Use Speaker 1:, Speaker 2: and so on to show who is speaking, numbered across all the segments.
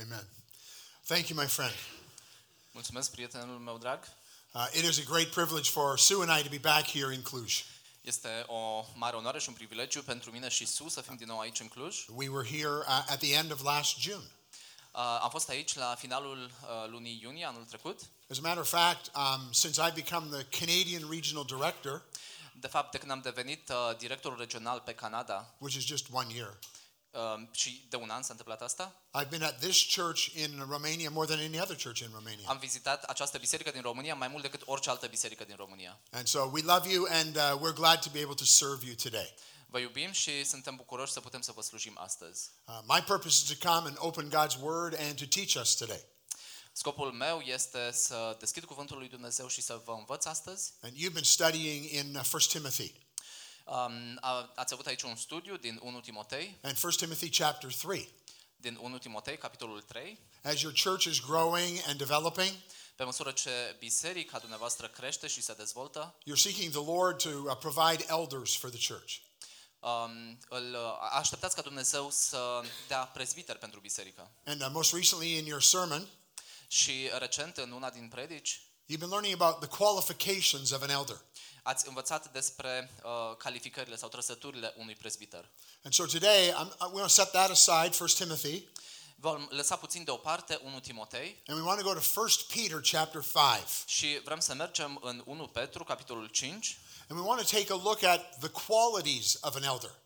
Speaker 1: Amen. Thank you, my friend.
Speaker 2: Mulțumesc, prietenul meu drag.
Speaker 1: Uh, it is a great privilege for Sue and I to be back here in Cluj.
Speaker 2: Este o mare onoare și un privilegiu pentru mine și Su să fim din nou aici în Cluj. Uh,
Speaker 1: We were here uh, at the end of last June.
Speaker 2: Am fost aici la finalul uh, lunii iunie anul trecut.
Speaker 1: As a matter of fact, um, since I've become the Canadian Regional Director,
Speaker 2: De fapt, de când am devenit uh, directorul regional pe Canada
Speaker 1: which is just one year,
Speaker 2: uh, și de un an s-a întâmplat asta,
Speaker 1: I've been at this church in Romania more than any other church in Romania.
Speaker 2: am vizitat această biserică din România mai mult decât orice altă biserică din România.
Speaker 1: And so we love you and uh, we're glad to be able to serve you today.
Speaker 2: Vă iubim și suntem bucuroși să putem să vă slujim astăzi.
Speaker 1: Uh, my purpose is to come and open God's Word and to teach us today.
Speaker 2: Scopul meu este să deschid cuvântul lui Dumnezeu și să vă învăț astăzi.
Speaker 1: And you've been studying in uh, 1 Timothy.
Speaker 2: Um, a- ați avut aici un studiu din 1 Timotei,
Speaker 1: And 1 Timothy chapter 3.
Speaker 2: din 1 Timotei, capitolul 3.
Speaker 1: As your church is growing and developing,
Speaker 2: Pe măsură ce biserica dumneavoastră crește și se dezvoltă,
Speaker 1: you're seeking the Lord to uh, provide elders for the church.
Speaker 2: um, îl uh, așteptați ca Dumnezeu să dea prezbiter pentru biserică.
Speaker 1: And uh, most recently in your sermon,
Speaker 2: Și recent, în una din predici,
Speaker 1: you've been learning about the qualifications of an elder.
Speaker 2: ați învățat despre uh, calificările sau trăsăturile unui prezbiter.
Speaker 1: And so today, I'm, I'm going to set that aside, 1 Timothy,
Speaker 2: Vom lăsa puțin deoparte 1 Timotei
Speaker 1: and we want to go to 1 Peter chapter 5.
Speaker 2: și vrem să mergem în 1 Petru, capitolul 5,
Speaker 1: And we want to take a look at the qualities of an elder.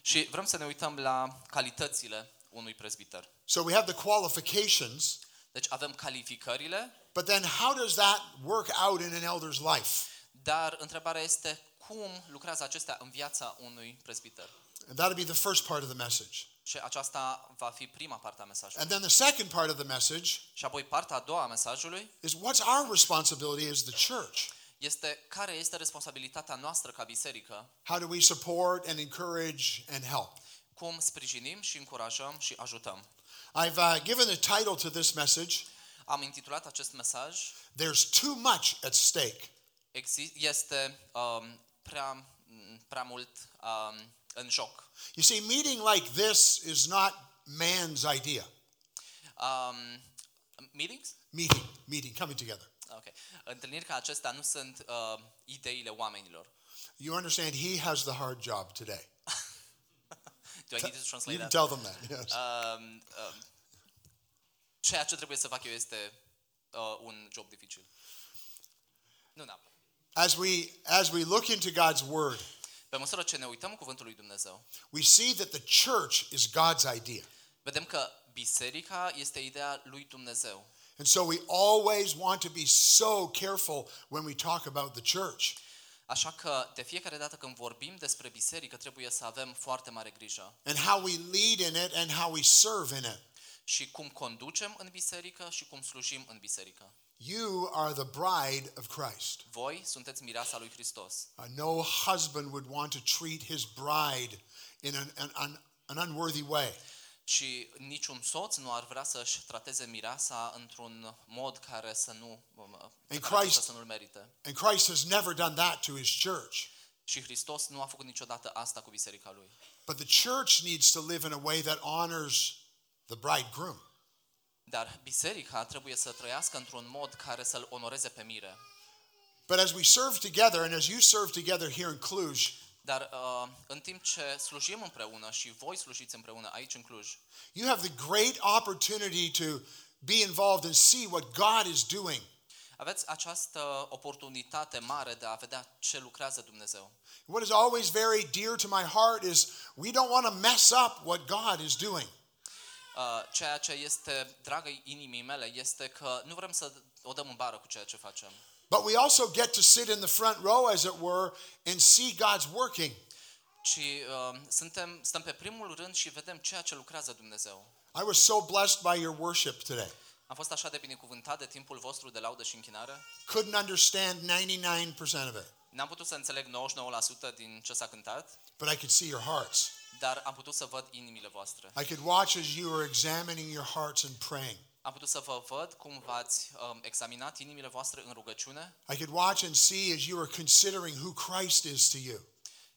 Speaker 2: și vrem să ne uităm la calitățile unui prezbiter.
Speaker 1: So we have the qualifications,
Speaker 2: Deci avem calificările,
Speaker 1: but then how does that work out in an elder's life?
Speaker 2: dar întrebarea este cum lucrează acestea în viața unui prezbiter.
Speaker 1: And that'll be the first part of the message.
Speaker 2: Și aceasta va fi prima parte a mesajului.
Speaker 1: And then the second part of the message
Speaker 2: Și apoi partea a doua a mesajului
Speaker 1: is what's our responsibility as the church?
Speaker 2: este care este responsabilitatea noastră ca biserică,
Speaker 1: How do we support and encourage and help?
Speaker 2: cum sprijinim și încurajăm și ajutăm.
Speaker 1: I've uh, given the title to this message,
Speaker 2: Am intitulat acest mesaj
Speaker 1: There's Too Much at Stake.
Speaker 2: Exi- este um, prea, prea mult um, în joc.
Speaker 1: You see, meeting like this is not man's idea.
Speaker 2: Um, meetings?
Speaker 1: Meeting, meeting, coming together.
Speaker 2: Ok. Întâlniri ca acestea nu sunt uh, ideile oamenilor.
Speaker 1: You understand, he has the hard job today.
Speaker 2: Do I need to translate
Speaker 1: You can
Speaker 2: that?
Speaker 1: tell them that. Yes.
Speaker 2: Um, um, ceea ce trebuie să fac eu este uh, un job dificil. Nu, da.
Speaker 1: As we as we look into God's word,
Speaker 2: Pe măsură ce ne uităm cuvântul lui Dumnezeu,
Speaker 1: we see that the church is God's idea.
Speaker 2: vedem că biserica este ideea lui Dumnezeu.
Speaker 1: And so we always want to be so careful when we talk about the church
Speaker 2: Așa că de fiecare dată când vorbim despre biserică trebuie să avem foarte mare grijă
Speaker 1: and how we lead in it and how we serve in it.
Speaker 2: și cum conducem în biserică și cum slujim în biserică.
Speaker 1: You are the bride of Christ.
Speaker 2: Voi sunteți mireasa lui Hristos.
Speaker 1: Uh, no husband would want to treat his bride in an, an, an, an unworthy way.
Speaker 2: Și niciun soț nu ar vrea să-și trateze mireasa într-un mod care să nu pe
Speaker 1: Christ-
Speaker 2: care acesta să nu-l merite.
Speaker 1: And Christ has never done that to his church.
Speaker 2: Și Hristos nu a făcut niciodată asta cu biserica lui.
Speaker 1: But the church needs to live in a way that honors the bridegroom.
Speaker 2: Dar biserica trebuie să trăiască într-un mod care să-l onoreze pe mire.
Speaker 1: But as we serve together and as you serve together here in Cluj,
Speaker 2: Dar uh, în timp ce slujim împreună și voi slujiți împreună aici în Cluj,
Speaker 1: you have the great opportunity to be involved and see what God is doing.
Speaker 2: aveți această oportunitate mare de a vedea ce lucrează Dumnezeu.
Speaker 1: What is always very dear to my heart is we don't want to mess up what God is doing.
Speaker 2: Uh, ceea ce este dragă inimii mele este că nu vrem să o dăm în bară cu ceea ce facem.
Speaker 1: But we also get to sit in the front row, as it were, and see God's working.
Speaker 2: ci uh, suntem, stăm pe primul rând și vedem ceea ce lucrează Dumnezeu.
Speaker 1: I was so blessed by your worship today.
Speaker 2: Am fost așa de binecuvântat de timpul vostru de laudă și închinare.
Speaker 1: Couldn't understand 99% of it,
Speaker 2: N-am putut să înțeleg 99% din ce s-a cântat,
Speaker 1: but I could see your hearts.
Speaker 2: dar am putut să văd inimile voastre.
Speaker 1: I could watch as you were examining your hearts and praying.
Speaker 2: Am putut să vă văd cum v-ați um, examinat inimile voastre în rugăciune.
Speaker 1: I could watch and see as you were considering who Christ is to you.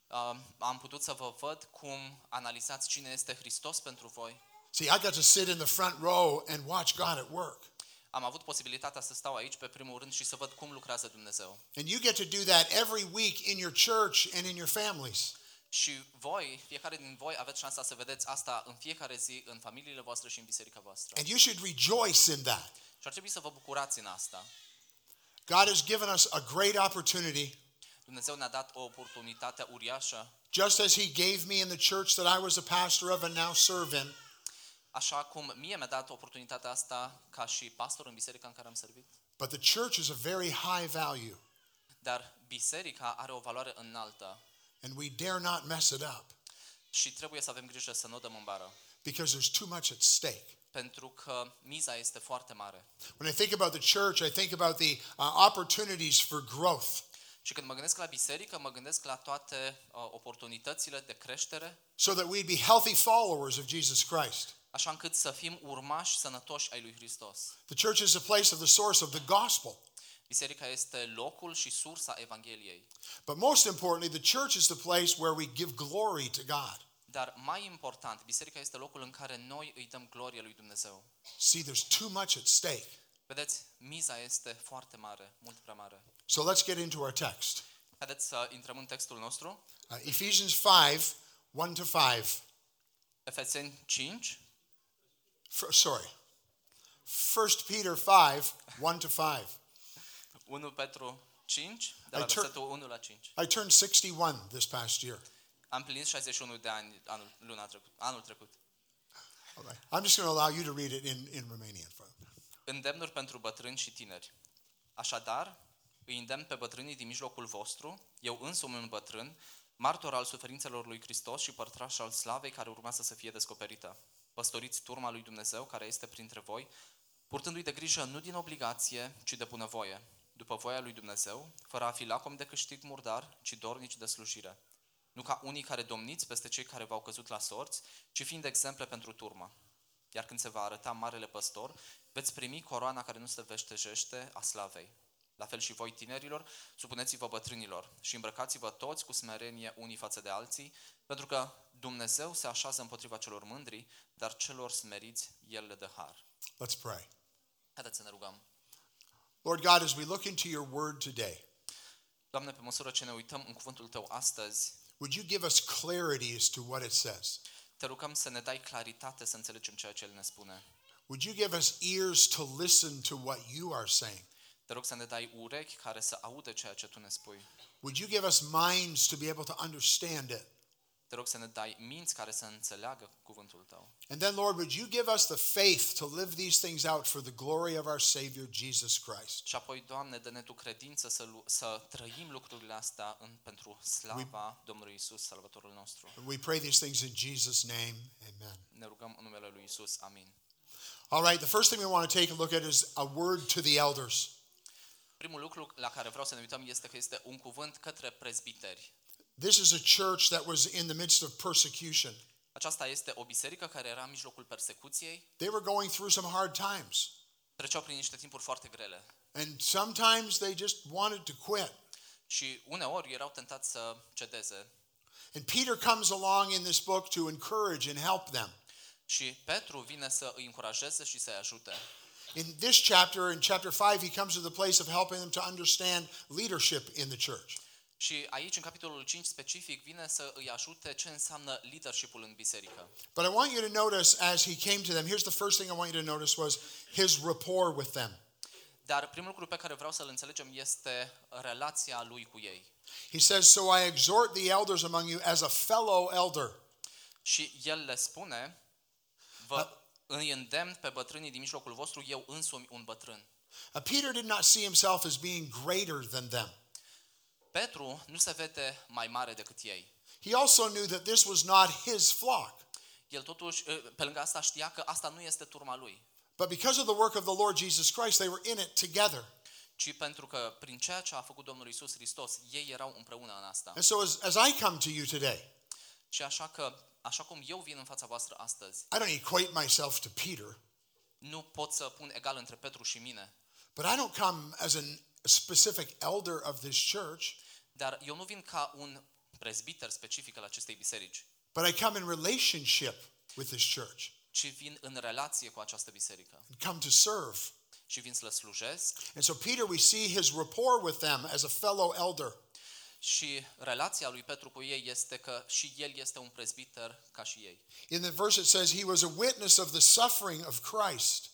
Speaker 2: Um, am putut să vă văd cum analizați cine este Hristos pentru voi.
Speaker 1: See, I got to sit in the front row and watch God at work.
Speaker 2: Am avut posibilitatea să stau aici pe primul rând și să văd cum lucrează Dumnezeu.
Speaker 1: And you get to do that every week in your church and in your families.
Speaker 2: Și voi, fiecare din voi aveți șansa să vedeți asta în fiecare zi în familiile voastre și în biserica voastră.
Speaker 1: And you should rejoice in that.
Speaker 2: Și ar trebui să vă bucurați în asta.
Speaker 1: God has given us a great opportunity,
Speaker 2: Dumnezeu ne-a dat o oportunitate uriașă,
Speaker 1: just as He gave me in the church that I was a pastor of and now serve in.
Speaker 2: așa cum mie mi-a dat oportunitatea asta ca și pastor în biserica în care am servit.
Speaker 1: But the church is a very high value,
Speaker 2: Dar biserica are o valoare înaltă
Speaker 1: and we dare not mess it up
Speaker 2: și trebuie să avem grijă să nu o dăm în bară,
Speaker 1: because there's too much at stake.
Speaker 2: pentru că miza este foarte mare.
Speaker 1: When I think about the church, I think about the uh, opportunities for growth.
Speaker 2: Și când mă gândesc la biserică, mă gândesc la toate uh, oportunitățile de creștere,
Speaker 1: so that we'd be healthy followers of Jesus Christ.
Speaker 2: așa încât să fim urmași sănătoși ai lui Hristos.
Speaker 1: The church is the place of the source of the gospel.
Speaker 2: Biserica este locul și sursa Evangheliei.
Speaker 1: But most importantly, the church is the place where we give glory to God.
Speaker 2: Dar mai important, biserica este locul în care noi îi dăm glorie lui Dumnezeu.
Speaker 1: See, there's too much at stake.
Speaker 2: Vedeți, miza este foarte mare, mult prea mare.
Speaker 1: So let's get into our text.
Speaker 2: Haideți să intrăm în textul nostru,
Speaker 1: Uh, Ephesians 5, 1 to 5.
Speaker 2: Efeseni 5,
Speaker 1: F- sorry. 1 Peter 5, 1 to 5.
Speaker 2: 1 Petru 5, de la
Speaker 1: Ai cer-
Speaker 2: versetul 1 la 5.
Speaker 1: I turned 61 this past year.
Speaker 2: Am plinit 61 de ani anul, luna trecut, anul trecut.
Speaker 1: All right. I'm just going to allow you to read it in, in Romanian.
Speaker 2: Îndemnuri pentru bătrâni și tineri. Așadar, îi îndemn pe bătrânii din mijlocul vostru, eu însumi un bătrân, martor al suferințelor lui Hristos și părtraș al slavei care urmează să fie descoperită. Păstoriți turma lui Dumnezeu care este printre voi, purtându-i de grijă nu din obligație, ci de bunăvoie, după voia lui Dumnezeu, fără a fi lacom de câștig murdar, ci dornici de slujire. Nu ca unii care domniți peste cei care v-au căzut la sorți, ci fiind exemple pentru turmă. Iar când se va arăta Marele Păstor, veți primi coroana care nu se veștejește a slavei. La fel și voi, tinerilor, supuneți-vă bătrânilor și îmbrăcați-vă toți cu smerenie unii față de alții, pentru că Dumnezeu se așează împotriva celor mândri, dar celor smeriți El le dă har.
Speaker 1: Let's pray.
Speaker 2: Haideți să ne rugăm.
Speaker 1: Lord God, as we look into your word today,
Speaker 2: Doamne, pe măsură ce ne uităm în cuvântul Tău astăzi,
Speaker 1: Would you give us clarity as to what it says?
Speaker 2: te rugăm să ne dai claritate să înțelegem ceea ce El ne spune.
Speaker 1: Would you give us ears to listen to what you are saying?
Speaker 2: Te rog să ne dai urechi care să audă ceea ce Tu ne spui.
Speaker 1: Would you give us minds to be able to understand it?
Speaker 2: Te rog să ne dai minți care să înțeleagă cuvântul Tău.
Speaker 1: And then, Lord, would you give us the faith to live these things out for the glory of our Savior, Jesus Christ?
Speaker 2: Și apoi, Doamne, dă-ne Tu credință să, lu- să trăim lucrurile astea în, pentru slava Domnului Isus, Salvatorul nostru.
Speaker 1: And we pray these things in Jesus' name. Amen.
Speaker 2: Ne rugăm în numele Lui Isus. Amin.
Speaker 1: All right, the first thing we want to take a look at is a word to the elders.
Speaker 2: Primul lucru la care vreau să ne uităm este că este un cuvânt către prezbiteri.
Speaker 1: This is a church that was in the midst of persecution.
Speaker 2: Aceasta este o biserică care era în mijlocul persecuției,
Speaker 1: They were going through some hard times,
Speaker 2: treceau prin niște timpuri foarte grele
Speaker 1: and sometimes they just wanted to quit.
Speaker 2: și uneori erau tentați să cedeze.
Speaker 1: And Peter comes along in this book to encourage and help them.
Speaker 2: Și Petru vine să îi încurajeze și să-i ajute.
Speaker 1: In this chapter, in chapter 5, he comes to the place of helping them to understand leadership in the church.
Speaker 2: Și aici, în capitolul 5 specific, vine să îi ajute ce înseamnă leadership-ul în biserică.
Speaker 1: But I want you to notice as he came to them, here's the first thing I want you to notice was his rapport with them.
Speaker 2: Dar primul lucru pe care vreau să-l înțelegem este relația lui cu ei.
Speaker 1: He says, So I exhort the elders among you as a fellow elder.
Speaker 2: Și el le spune, vă îi îndemn pe bătrânii din mijlocul vostru, eu însumi un bătrân.
Speaker 1: Uh, Peter did not see himself as being greater than them.
Speaker 2: Petru nu se vede mai mare decât ei.
Speaker 1: He also knew that this was not his flock.
Speaker 2: El totuși, ă, pe lângă asta, știa că asta nu este turma lui,
Speaker 1: But because of the work of the Lord Jesus Christ, they were in it together.
Speaker 2: ci pentru că prin ceea ce a făcut Domnul Isus Hristos, ei erau împreună în asta.
Speaker 1: And so as, as I come to you today,
Speaker 2: Și așa că, așa cum eu vin în fața voastră astăzi,
Speaker 1: I don't equate myself to Peter,
Speaker 2: nu pot să pun egal între Petru și mine,
Speaker 1: but I don't come as an, a specific elder of this church,
Speaker 2: dar eu nu vin ca un prezbiter specific al acestei biserici.
Speaker 1: but I come in relationship with this church.
Speaker 2: ci vin în relație cu această biserică
Speaker 1: and come to serve.
Speaker 2: și vin să le slujesc
Speaker 1: And so Peter, we see his rapport with them as a fellow elder.
Speaker 2: și relația lui Petru cu ei este că și el este un prezbiter ca și ei.
Speaker 1: In the verse, it says he was a witness of the suffering of Christ.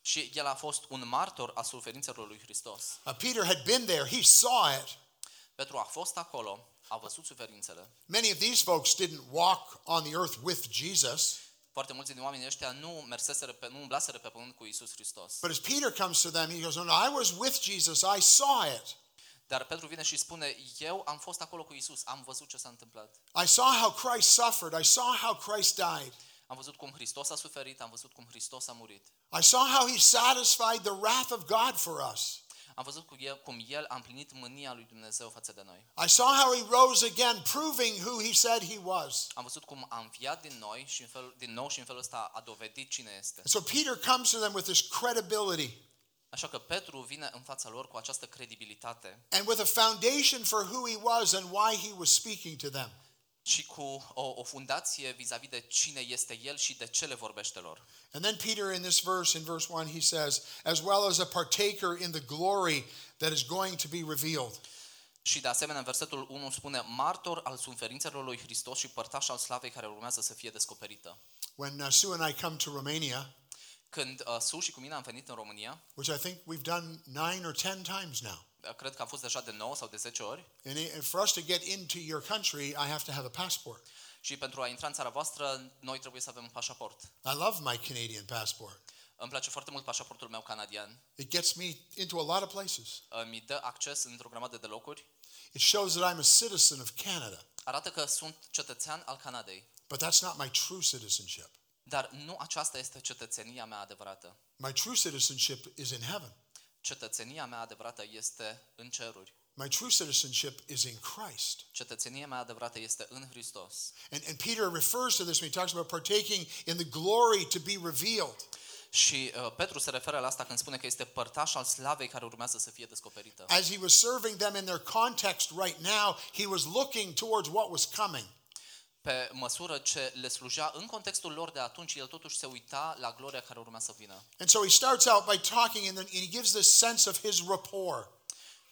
Speaker 2: Și el a fost un martor a suferințelor lui Hristos.
Speaker 1: Uh, Peter had been there, he saw it.
Speaker 2: Petru a fost acolo, a văzut suferințele.
Speaker 1: Many of these folks didn't walk on the earth with Jesus,
Speaker 2: Foarte mulți din oamenii ăștia nu merseseră pe, nu umblaseră pe pământ cu Isus Hristos.
Speaker 1: but as Peter comes to them, he goes, No, no, I was with Jesus, I saw it.
Speaker 2: Dar Petru vine și spune, eu am fost acolo cu Isus, am văzut ce s-a întâmplat.
Speaker 1: I saw how Christ suffered, I saw how Christ died,
Speaker 2: Am văzut cum Hristos a suferit, am văzut cum Hristos a murit.
Speaker 1: I saw how he satisfied the wrath of God for us.
Speaker 2: Am văzut cu el, cum El a împlinit mânia lui Dumnezeu față de noi.
Speaker 1: I saw how he rose again, proving who he said he was.
Speaker 2: Am văzut cum a înviat din noi și în fel, din nou și în felul ăsta a dovedit cine este.
Speaker 1: So Peter comes to them with this credibility
Speaker 2: Așa că Petru vine în fața lor cu această credibilitate
Speaker 1: and with a foundation for who he was and why he was speaking to them.
Speaker 2: și cu o, o fundație vis-a-vis de cine este el și de ce le vorbește lor.
Speaker 1: And then Peter, in this verse, in verse 1, he says, as well as a partaker in the glory that is going to be revealed.
Speaker 2: Și de asemenea, în versetul 1 spune, martor al suferințelor lui Hristos și părtaș al slavei care urmează să fie descoperită.
Speaker 1: When uh, Sue and I come to Romania,
Speaker 2: Când uh, Su și cu mine am venit în România,
Speaker 1: which I think we've done nine or ten times now,
Speaker 2: uh, cred că am fost deja de 9 sau de 10 ori,
Speaker 1: and, it- and for us to get into your country, I have to have a passport.
Speaker 2: și pentru a intra în țara voastră, noi trebuie să avem un pașaport.
Speaker 1: I love my Canadian passport.
Speaker 2: Îmi place foarte mult pașaportul meu canadian.
Speaker 1: It gets me into a lot of places.
Speaker 2: Uh, Mi dă acces într-o grămadă de locuri.
Speaker 1: It shows that I'm a citizen of Canada,
Speaker 2: Arată că sunt cetățean al Canadei.
Speaker 1: but that's not my true citizenship.
Speaker 2: Dar nu aceasta este cetățenia mea adevărată.
Speaker 1: My true citizenship is in heaven.
Speaker 2: Cetățenia mea adevărată este în ceruri.
Speaker 1: My true citizenship is in Christ.
Speaker 2: Cetățenia mea adevărată este în Hristos.
Speaker 1: And, and Peter refers to this when he talks about partaking in the glory to be revealed.
Speaker 2: Și uh, Petru se referă la asta când spune că este părtaș al slavei care urmează să fie descoperită.
Speaker 1: As he was serving them in their context right now, he was looking towards what was coming.
Speaker 2: Pe măsură ce le slujea în contextul lor de atunci, el totuși se uita la gloria care urma să vină.
Speaker 1: And so he starts out by talking and then he gives this sense of his rapport.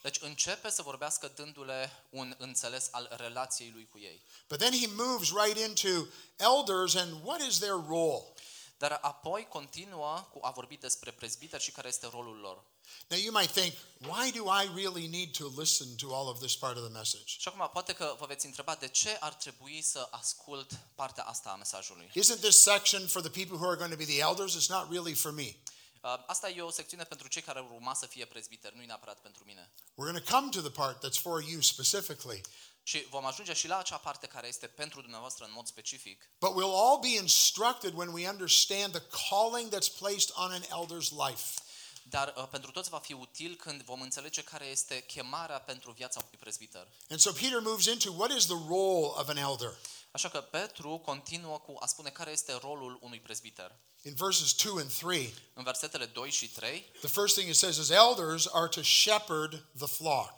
Speaker 2: Deci începe să vorbească dându-le un înțeles al relației lui cu ei.
Speaker 1: But then he moves right into elders and what is their role?
Speaker 2: Dar apoi continuă cu a vorbi despre prezbiteri și care este rolul lor.
Speaker 1: Now you might think, why do I really need to listen to all of this part of the message?
Speaker 2: Și acum poate că vă veți întreba de ce ar trebui să ascult partea asta a mesajului.
Speaker 1: Isn't this section for the people who are going to be the elders? It's not really for me.
Speaker 2: Uh, Asta e o secțiune pentru cei care urma să fie prezbiteri, nu e neapărat pentru mine.
Speaker 1: We're going to come to the part that's for you specifically.
Speaker 2: Și vom ajunge și la acea parte care este pentru dumneavoastră în mod specific,
Speaker 1: But we'll all be instructed when we understand the calling that's placed on an elder's life.
Speaker 2: dar uh, pentru toți va fi util când vom înțelege care este chemarea pentru viața unui prezbiter.
Speaker 1: And so Peter moves into what is the role of an elder?
Speaker 2: Așa că Petru continuă cu a spune care este rolul unui prezbiter.
Speaker 1: In verses 2 and 3,
Speaker 2: În versetele 2 și 3,
Speaker 1: the first thing it says is elders are to shepherd the flock.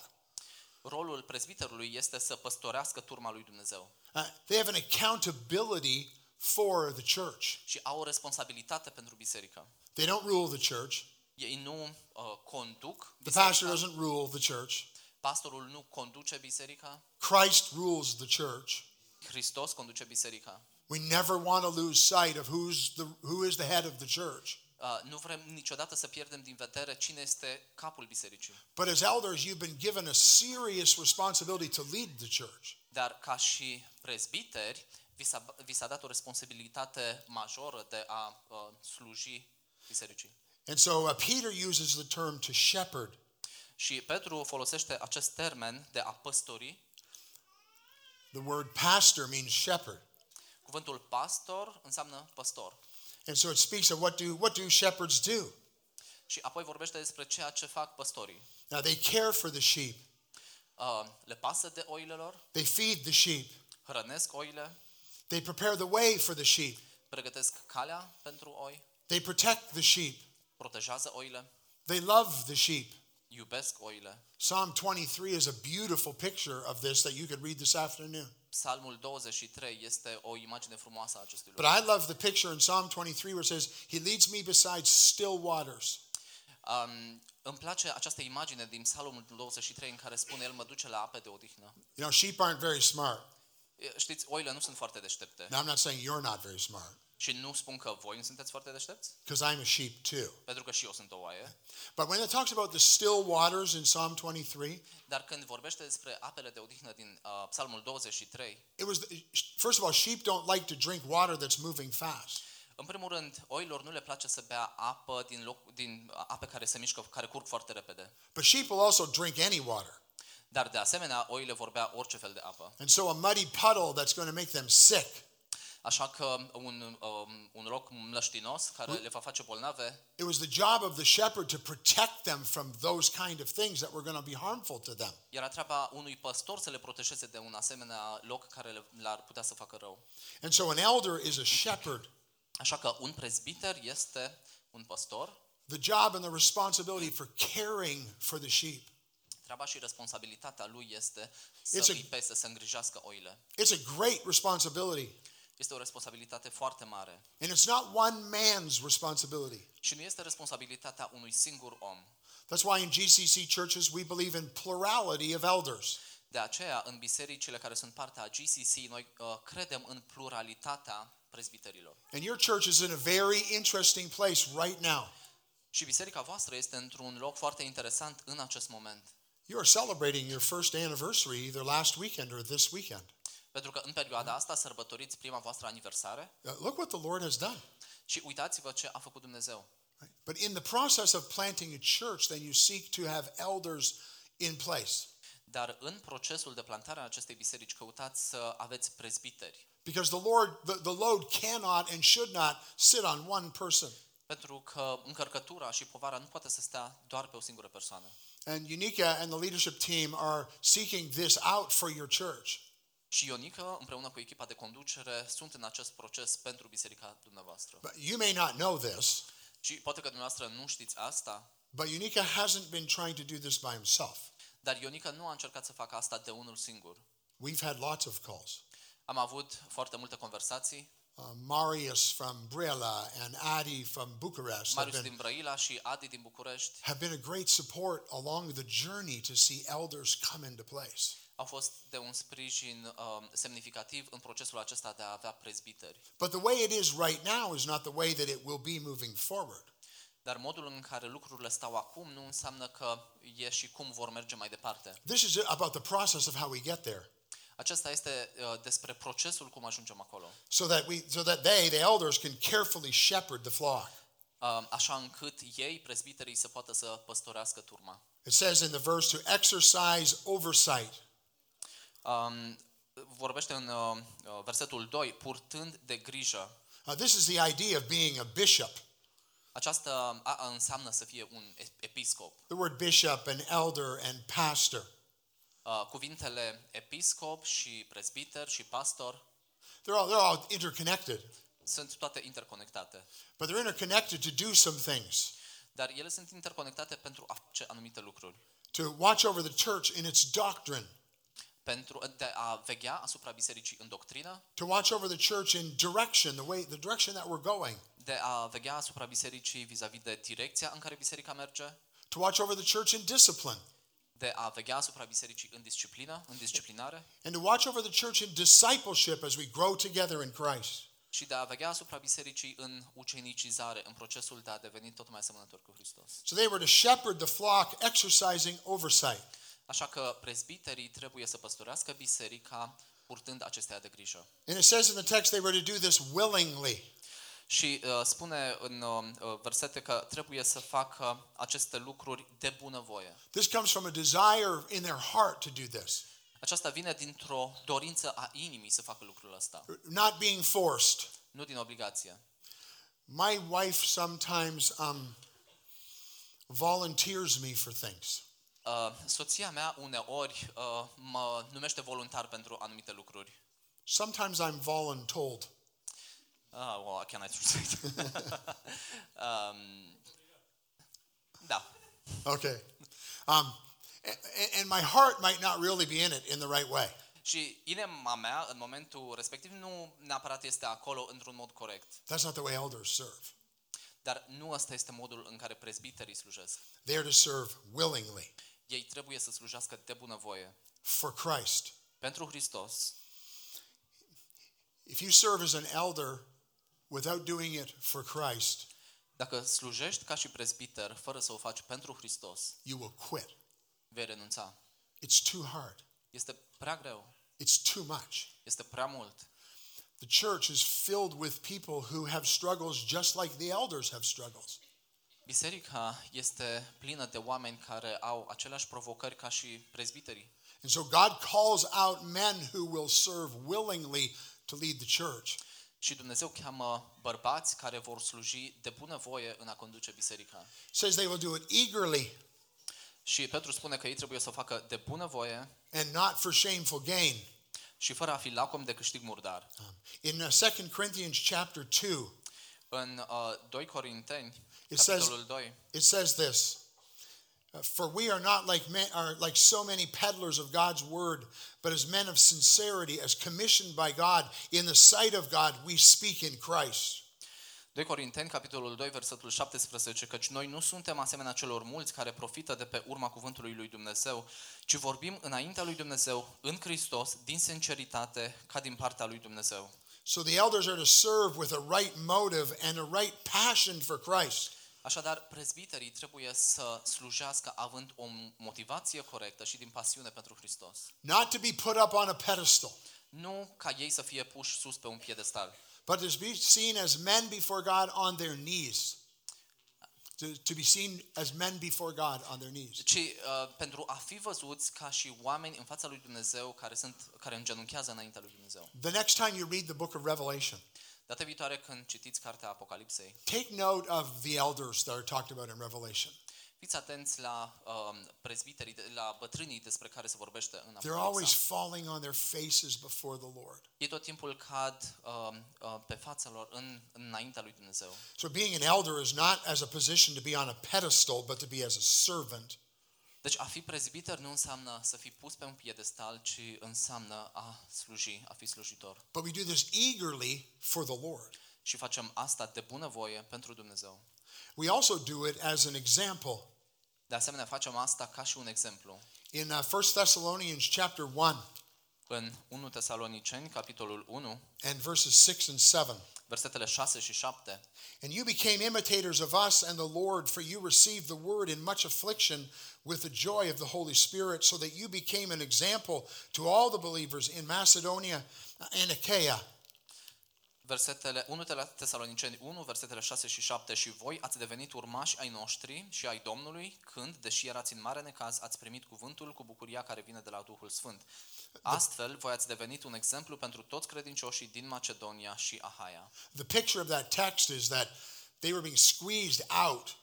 Speaker 2: rolul prezbiterului este să păstorească turma lui Dumnezeu
Speaker 1: Uh, they have an accountability for the church.
Speaker 2: și au o responsabilitate pentru biserică.
Speaker 1: They don't rule the church.
Speaker 2: Ei nu uh, conduc
Speaker 1: The pastor
Speaker 2: biserica.
Speaker 1: doesn't rule the church.
Speaker 2: pastorul nu conduce biserica,
Speaker 1: Christ rules the church.
Speaker 2: Hristos conduce biserica.
Speaker 1: We never want to lose sight of who's the who is the head of the church.
Speaker 2: Uh, nu vrem niciodată să pierdem din vedere cine este capul bisericii.
Speaker 1: But as elders, you've been given a serious responsibility to lead the church.
Speaker 2: Dar ca și prezbiteri, vi s-a, vi s-a dat o responsabilitate majoră de a uh, sluji bisericii.
Speaker 1: And so uh, Peter uses the term to shepherd.
Speaker 2: Și Petru folosește acest termen de a păstori.
Speaker 1: The word pastor means shepherd.
Speaker 2: Cuvântul pastor înseamnă păstor.
Speaker 1: And so it speaks of what do what do shepherds do?
Speaker 2: Și apoi vorbește despre ceea ce fac păstorii.
Speaker 1: Now they care for the sheep.
Speaker 2: Uh, le pasă de oile lor,
Speaker 1: They feed the sheep.
Speaker 2: hrănesc oile,
Speaker 1: They prepare the way for the sheep.
Speaker 2: pregătesc calea pentru oi,
Speaker 1: They protect the sheep.
Speaker 2: protejează oile,
Speaker 1: They love the sheep.
Speaker 2: iubesc oile.
Speaker 1: Psalm 23 is a beautiful picture of this that you could read this afternoon.
Speaker 2: Psalmul 23 este o imagine frumoasă a acestui
Speaker 1: But
Speaker 2: lucru.
Speaker 1: I love the picture in Psalm 23 where it says, He leads me beside still waters.
Speaker 2: Um, îmi place această imagine din Psalmul 23 în care spune El mă duce la ape de odihnă.
Speaker 1: You know, sheep aren't very smart.
Speaker 2: E, Știți, oile nu sunt foarte deștepte
Speaker 1: Now, I'm not saying you're not very smart,
Speaker 2: și nu spun că voi nu sunteți foarte deștepți,
Speaker 1: because I'm a sheep too.
Speaker 2: pentru că și eu sunt o oaie,
Speaker 1: But when it talks about the still waters in Psalm 23,
Speaker 2: dar când vorbește despre apele de odihnă din uh, Psalmul 23,
Speaker 1: it was, first of all, sheep don't like to drink water that's moving fast.
Speaker 2: în primul rând, oilor nu le place să bea apă din, loc, din ape care se mișcă, care curg foarte repede.
Speaker 1: But sheep will also drink any water.
Speaker 2: Dar de asemenea, oile vor bea orice fel de apă.
Speaker 1: And so a muddy puddle that's going to make them sick
Speaker 2: Așa că un, um, un loc mlăștinos care le va face bolnave,
Speaker 1: It was the job of the shepherd to protect them from those kind of things that were going to be harmful to them.
Speaker 2: era treaba unui păstor să le protejeze de un asemenea loc care le- le-ar putea să facă rău.
Speaker 1: And so an elder is a shepherd.
Speaker 2: Așa că un prezbiter este un păstor,
Speaker 1: The job and the responsibility for caring for the sheep.
Speaker 2: treaba și responsabilitatea lui este
Speaker 1: It's
Speaker 2: să
Speaker 1: a-
Speaker 2: îi pese, să îngrijească oile.
Speaker 1: It's a great responsibility.
Speaker 2: Este o responsabilitate foarte mare
Speaker 1: And it's not one man's responsibility.
Speaker 2: și nu este responsabilitatea unui singur om.
Speaker 1: That's why in GCC churches we believe in plurality of elders.
Speaker 2: De aceea, în bisericile care sunt partea a GCC, noi uh, credem în pluralitatea prezbiterilor.
Speaker 1: And your church is in a very interesting place right now.
Speaker 2: Și biserica voastră este într-un loc foarte interesant în acest moment.
Speaker 1: You are celebrating your first anniversary either last weekend or this weekend.
Speaker 2: Pentru că în perioada asta sărbătoriți prima voastră aniversare
Speaker 1: Uh, Look what the Lord has done.
Speaker 2: și uitați-vă ce a făcut Dumnezeu.
Speaker 1: Right? But in the process of planting a church, then you seek to have elders in place
Speaker 2: Dar în procesul de plantare a acestei biserici căutați să aveți prezbiteri.
Speaker 1: because the Lord, the, the load cannot and should not sit on one person.
Speaker 2: Pentru că încărcătura și povara nu poate să stea doar pe o singură persoană.
Speaker 1: And Unica and the leadership team are seeking this out for your church.
Speaker 2: Și Ionica, împreună cu echipa de conducere, sunt în acest proces pentru biserica dumneavoastră.
Speaker 1: But you may not know this,
Speaker 2: Și poate că dumneavoastră nu știți asta,
Speaker 1: but Unica hasn't been trying to do this by himself.
Speaker 2: dar Ionica nu a încercat să facă asta de unul singur.
Speaker 1: We've had lots of calls.
Speaker 2: Am avut foarte multe conversații
Speaker 1: Uh, Marius from Brela and Adi from Bucharest have
Speaker 2: Marius
Speaker 1: been,
Speaker 2: din Brăila și Adi din București
Speaker 1: have been a great support along the journey to see elders come into place.
Speaker 2: au fost de un sprijin um, semnificativ în procesul acesta de a avea prezbiteri.
Speaker 1: But the way it is right now is not the way that it will be moving forward.
Speaker 2: Dar modul în care lucrurile stau acum nu înseamnă că e și cum vor merge mai departe.
Speaker 1: This is about the process of how we get there.
Speaker 2: Acesta este uh, despre procesul cum ajungem acolo,
Speaker 1: So that we so that they, the elders, can carefully shepherd the flock.
Speaker 2: Um, așa încât ei, prezbiterii, să poată să păstorească turma.
Speaker 1: It says in the verse to exercise oversight.
Speaker 2: Um, Vorbește în uh, uh, versetul 2, purtând de grijă.
Speaker 1: Uh, this is the idea of being a bishop.
Speaker 2: Aceasta a, a înseamnă să fie un e- episcop.
Speaker 1: The word bishop and elder and pastor.
Speaker 2: Uh, cuvintele episcop și prezbiter și pastor
Speaker 1: They're all they're all interconnected,
Speaker 2: sunt toate interconectate,
Speaker 1: but they're interconnected to do some things.
Speaker 2: dar ele sunt interconectate pentru a face anumite lucruri,
Speaker 1: To watch over the church in its doctrine,
Speaker 2: pentru de a veghea asupra bisericii în doctrină,
Speaker 1: to watch over the church in direction, the way the direction that we're going.
Speaker 2: de a veghea asupra bisericii vis-a-vis de direcția în care biserica merge,
Speaker 1: to watch over the church in discipline
Speaker 2: de a veghea asupra bisericii în disciplină, în disciplinare
Speaker 1: and to watch over the church in discipleship as we grow together in Christ.
Speaker 2: și de a veghea asupra bisericii în ucenicizare, în procesul de a deveni tot mai asemănător cu Hristos.
Speaker 1: So they were to shepherd the flock, exercising oversight.
Speaker 2: Așa că prezbiterii trebuie să păstorească biserica purtând acestea de grijă.
Speaker 1: And it says in the text they were to do this willingly.
Speaker 2: Și uh, spune în uh, uh, versete că trebuie să facă aceste lucruri de bunăvoie.
Speaker 1: This comes from a desire in their heart to do this,
Speaker 2: Aceasta vine dintr-o dorință a inimii să facă lucrul ăsta,
Speaker 1: not being forced.
Speaker 2: nu din obligație.
Speaker 1: My wife sometimes um, volunteers me for things.
Speaker 2: Uh, soția mea uneori uh, mă numește voluntar pentru anumite lucruri.
Speaker 1: Sometimes I'm voluntold.
Speaker 2: Ah, well, can I translate? um, da.
Speaker 1: Okay. Um, a- a- and my heart might not really be in it in the right way.
Speaker 2: Și inima mea, în momentul respectiv, nu neapărat este acolo într-un mod corect.
Speaker 1: That's not the way elders serve.
Speaker 2: Dar nu ăsta este modul în care prezbiterii slujesc.
Speaker 1: They are to serve willingly
Speaker 2: Ei trebuie să slujească de bunăvoie.
Speaker 1: for Christ.
Speaker 2: Pentru Hristos,
Speaker 1: If you serve as an elder without doing it for Christ,
Speaker 2: dacă slujești ca și prezbiter fără să o faci pentru Hristos,
Speaker 1: you will quit.
Speaker 2: vei renunța.
Speaker 1: It's too hard.
Speaker 2: Este prea greu,
Speaker 1: It's too much.
Speaker 2: este prea mult.
Speaker 1: The church is filled with people who have struggles just like the elders have struggles.
Speaker 2: Biserica este plină de oameni care au aceleași provocări ca și prezbiterii.
Speaker 1: And so God calls out men who will serve willingly to lead the church.
Speaker 2: Și Dumnezeu cheamă bărbați care vor sluji de bunăvoie în a conduce biserica.
Speaker 1: says they will do it eagerly
Speaker 2: Și Petru spune că ei trebuie să o facă de bunăvoie
Speaker 1: and not for shameful gain.
Speaker 2: și fără a fi lacom de câștig murdar.
Speaker 1: Um, In uh, 2 Corinthians chapter 2,
Speaker 2: În uh, 2 Corinteni,
Speaker 1: It says-
Speaker 2: capitolul 2,
Speaker 1: it says this uh, For we are not like, men, are like so many peddlers of God's word, but as men of sincerity, as commissioned by God, in the sight of God, we speak in Christ.
Speaker 2: 2 Corinteni, capitolul 2, versetul 17, căci noi nu suntem asemenea celor mulți care profită de pe urma cuvântului lui Dumnezeu, ci vorbim înaintea lui Dumnezeu, în Hristos, din sinceritate, ca din partea lui Dumnezeu.
Speaker 1: So the elders are to serve with a right motive and a right passion for Christ.
Speaker 2: Așadar, prezbiterii trebuie să slujească având o motivație corectă și din pasiune pentru Hristos.
Speaker 1: Not to be put up on a pedestal,
Speaker 2: Nu ca ei să fie puși sus pe un piedestal,
Speaker 1: but to be seen as men before God on their knees. To, to be seen as men before God on their knees.
Speaker 2: ci uh, pentru a fi văzuți ca și oameni în fața lui Dumnezeu care, sunt, care îngenunchează înaintea lui Dumnezeu.
Speaker 1: The next time you read the book of Revelation,
Speaker 2: Data viitoare când citiți cartea Apocalipsei,
Speaker 1: take note of the elders that are talked about in Revelation.
Speaker 2: Fiți atenți la um, prezbiterii, de- la bătrânii despre care se vorbește în
Speaker 1: They're
Speaker 2: Apocalipsa.
Speaker 1: always falling on their faces before the Lord.
Speaker 2: Ei tot timpul cad um, uh, pe fața lor în, înaintea lui Dumnezeu.
Speaker 1: So being an elder is not as a position to be on a pedestal, but to be as a servant.
Speaker 2: Deci a fi prezbiter nu înseamnă să fii pus pe un piedestal, ci înseamnă a sluji, a fi slujitor.
Speaker 1: But we do this eagerly for the Lord.
Speaker 2: Și facem asta de bunăvoie pentru Dumnezeu.
Speaker 1: We also do it as an example.
Speaker 2: De asemenea, facem asta ca și un exemplu.
Speaker 1: In uh, 1 Thessalonians chapter 1
Speaker 2: În 1 Tesaloniceni, capitolul 1,
Speaker 1: and verses 6 and 7.
Speaker 2: versetele 6 și 7,
Speaker 1: And you became imitators of us and the Lord, for you received the word in much affliction with the joy of the Holy Spirit, so that you became an example to all the believers in Macedonia and Achaia.
Speaker 2: Versetele 1 Tele- Tesaloniceni 1, versetele 6 și 7 Și voi ați devenit urmași ai noștri și ai Domnului când, deși erați în mare necaz, ați primit cuvântul cu bucuria care vine de la Duhul Sfânt. Astfel, voi ați devenit un exemplu pentru toți credincioșii din Macedonia și Ahaia.
Speaker 1: The picture of that text is that they were being squeezed out,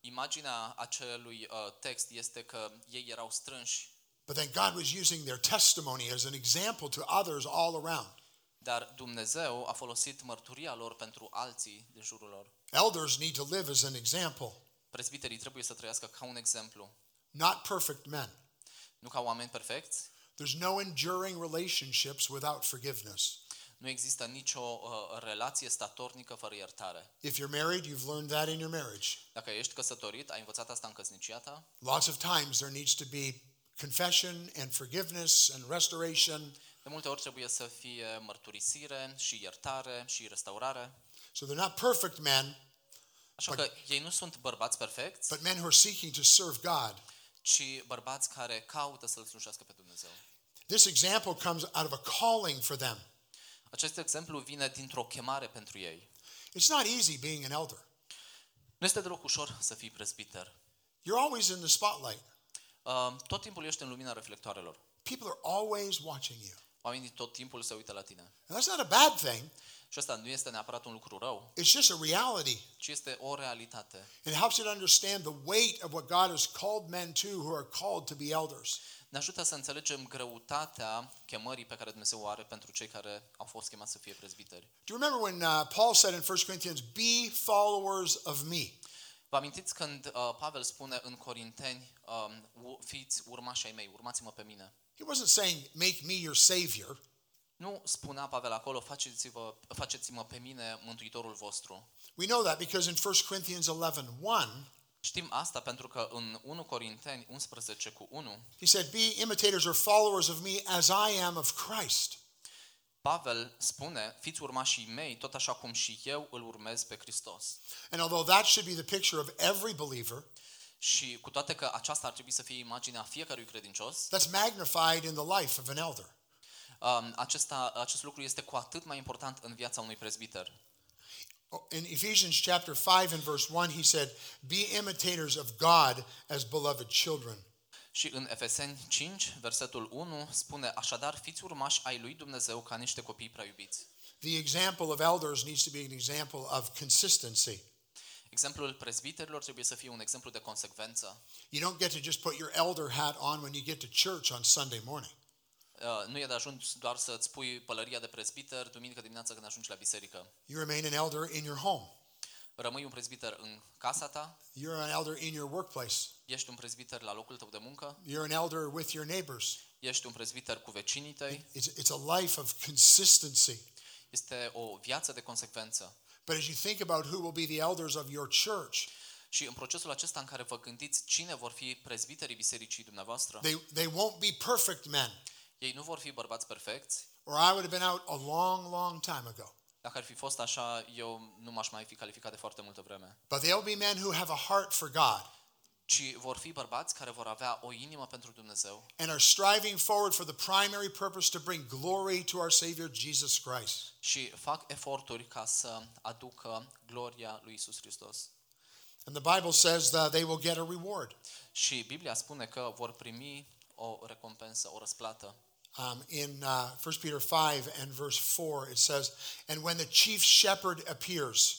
Speaker 2: Imaginea acelui uh, text este că ei erau strânși,
Speaker 1: but then God was using their testimony as an example to others all around.
Speaker 2: dar Dumnezeu a folosit mărturia lor pentru alții din jurul lor.
Speaker 1: Elders need to live as an example,
Speaker 2: Prezbiterii trebuie să trăiască ca un exemplu,
Speaker 1: not perfect men.
Speaker 2: nu ca oameni perfecți,
Speaker 1: There's no enduring relationships without forgiveness.
Speaker 2: Nu există nicio uh, relație statornică fără iertare.
Speaker 1: If you're married, you've learned that in your marriage.
Speaker 2: Dacă ești căsătorit, ai învățat asta în căsnicia ta.
Speaker 1: Lots of times there needs to be confession and forgiveness and restoration.
Speaker 2: De multe ori trebuie să fie mărturisire și iertare și restaurare.
Speaker 1: So they're not perfect men,
Speaker 2: Așa că ei nu sunt bărbați perfecți,
Speaker 1: but men who are seeking to serve God.
Speaker 2: ci bărbați care caută să-L slujească pe Dumnezeu.
Speaker 1: This example comes out of a calling for them.
Speaker 2: Acest exemplu vine dintr-o chemare pentru ei.
Speaker 1: It's not easy being an elder.
Speaker 2: Nu este deloc ușor să fii prezbiter.
Speaker 1: You're always in the spotlight.
Speaker 2: Uh, Tot timpul ești în lumina reflectoarelor.
Speaker 1: People are always watching you.
Speaker 2: Oamenii tot timpul se uită la tine.
Speaker 1: And that's not a bad thing,
Speaker 2: Și asta nu este neapărat un lucru rău,
Speaker 1: it's just a reality.
Speaker 2: ci este o realitate.
Speaker 1: It helps you to understand the weight of what God has called men to who are called to be elders.
Speaker 2: Ne ajută să înțelegem greutatea chemării pe care Dumnezeu o are pentru cei care au fost chemați să fie prezbiteri.
Speaker 1: Do you remember when uh, Paul said in 1 Corinthians, Be followers of me?
Speaker 2: Vă amintiți când uh, Pavel spune în Corinteni, um, u- fiți urmași ai mei, urmați-mă pe mine.
Speaker 1: He wasn't saying, Make me your savior.
Speaker 2: Nu spunea Pavel acolo, faceți-vă, faceți-mă pe mine mântuitorul vostru.
Speaker 1: We know that because in 1 Corinthians 11 1,
Speaker 2: Știm asta pentru că în 1 Corinteni 11 cu 1,
Speaker 1: he said, Be imitators or followers of me as I am of Christ.
Speaker 2: Pavel spune, fiți urmașii mei, tot așa cum și eu îl urmez pe Hristos.
Speaker 1: And although that should be the picture of every believer,
Speaker 2: Și cu toate că aceasta ar trebui să fie imaginea fiecărui credincios,
Speaker 1: that's magnified in the life of an elder.
Speaker 2: um, acesta, acest lucru este cu atât mai important în viața unui prezbiter.
Speaker 1: Oh, In Ephesians chapter 5 and verse 1, he said, Be imitators of God as beloved children.
Speaker 2: Și în Efeseni 5, versetul 1, spune Așadar, fiți urmași ai lui Dumnezeu ca niște copii prea iubiți.
Speaker 1: The example of elders needs to be an example of consistency.
Speaker 2: Exemplul prezbiterilor trebuie să fie un exemplu de consecvență.
Speaker 1: You don't get to just put your elder hat on when you get to church on Sunday morning.
Speaker 2: Uh, Nu e de ajuns doar să-ți pui pălăria de prezbiter duminică dimineața când ajungi la biserică.
Speaker 1: You remain an elder in your home,
Speaker 2: Rămâi un prezbiter în casa ta,
Speaker 1: you're an elder in your workplace,
Speaker 2: ești un prezbiter la locul tău de muncă,
Speaker 1: you're an elder with your neighbors.
Speaker 2: ești un prezbiter cu vecinii tăi,
Speaker 1: It's, it's a life of consistency.
Speaker 2: este o viață de consecvență.
Speaker 1: But as you think about who will be the elders of your church,
Speaker 2: Și în procesul acesta în care vă gândiți cine vor fi prezbiterii bisericii dumneavoastră,
Speaker 1: they, they won't be perfect men,
Speaker 2: ei nu vor fi bărbați perfecți.
Speaker 1: or I would have been out a long, long time ago.
Speaker 2: Dacă ar fi fost așa, eu nu m-aș mai fi calificat de foarte multă vreme.
Speaker 1: But they'll be men who have a heart for God
Speaker 2: Ci vor fi bărbați care vor avea o inimă pentru Dumnezeu
Speaker 1: and are striving forward for the primary purpose to bring glory to our Savior Jesus Christ.
Speaker 2: și fac eforturi ca să aducă gloria lui Isus Hristos.
Speaker 1: And the Bible says that they will get a reward.
Speaker 2: Și Biblia spune că vor primi o recompensă, o răsplată.
Speaker 1: Um, in uh, 1 Peter 5 and verse 4, it says, And when the chief shepherd appears,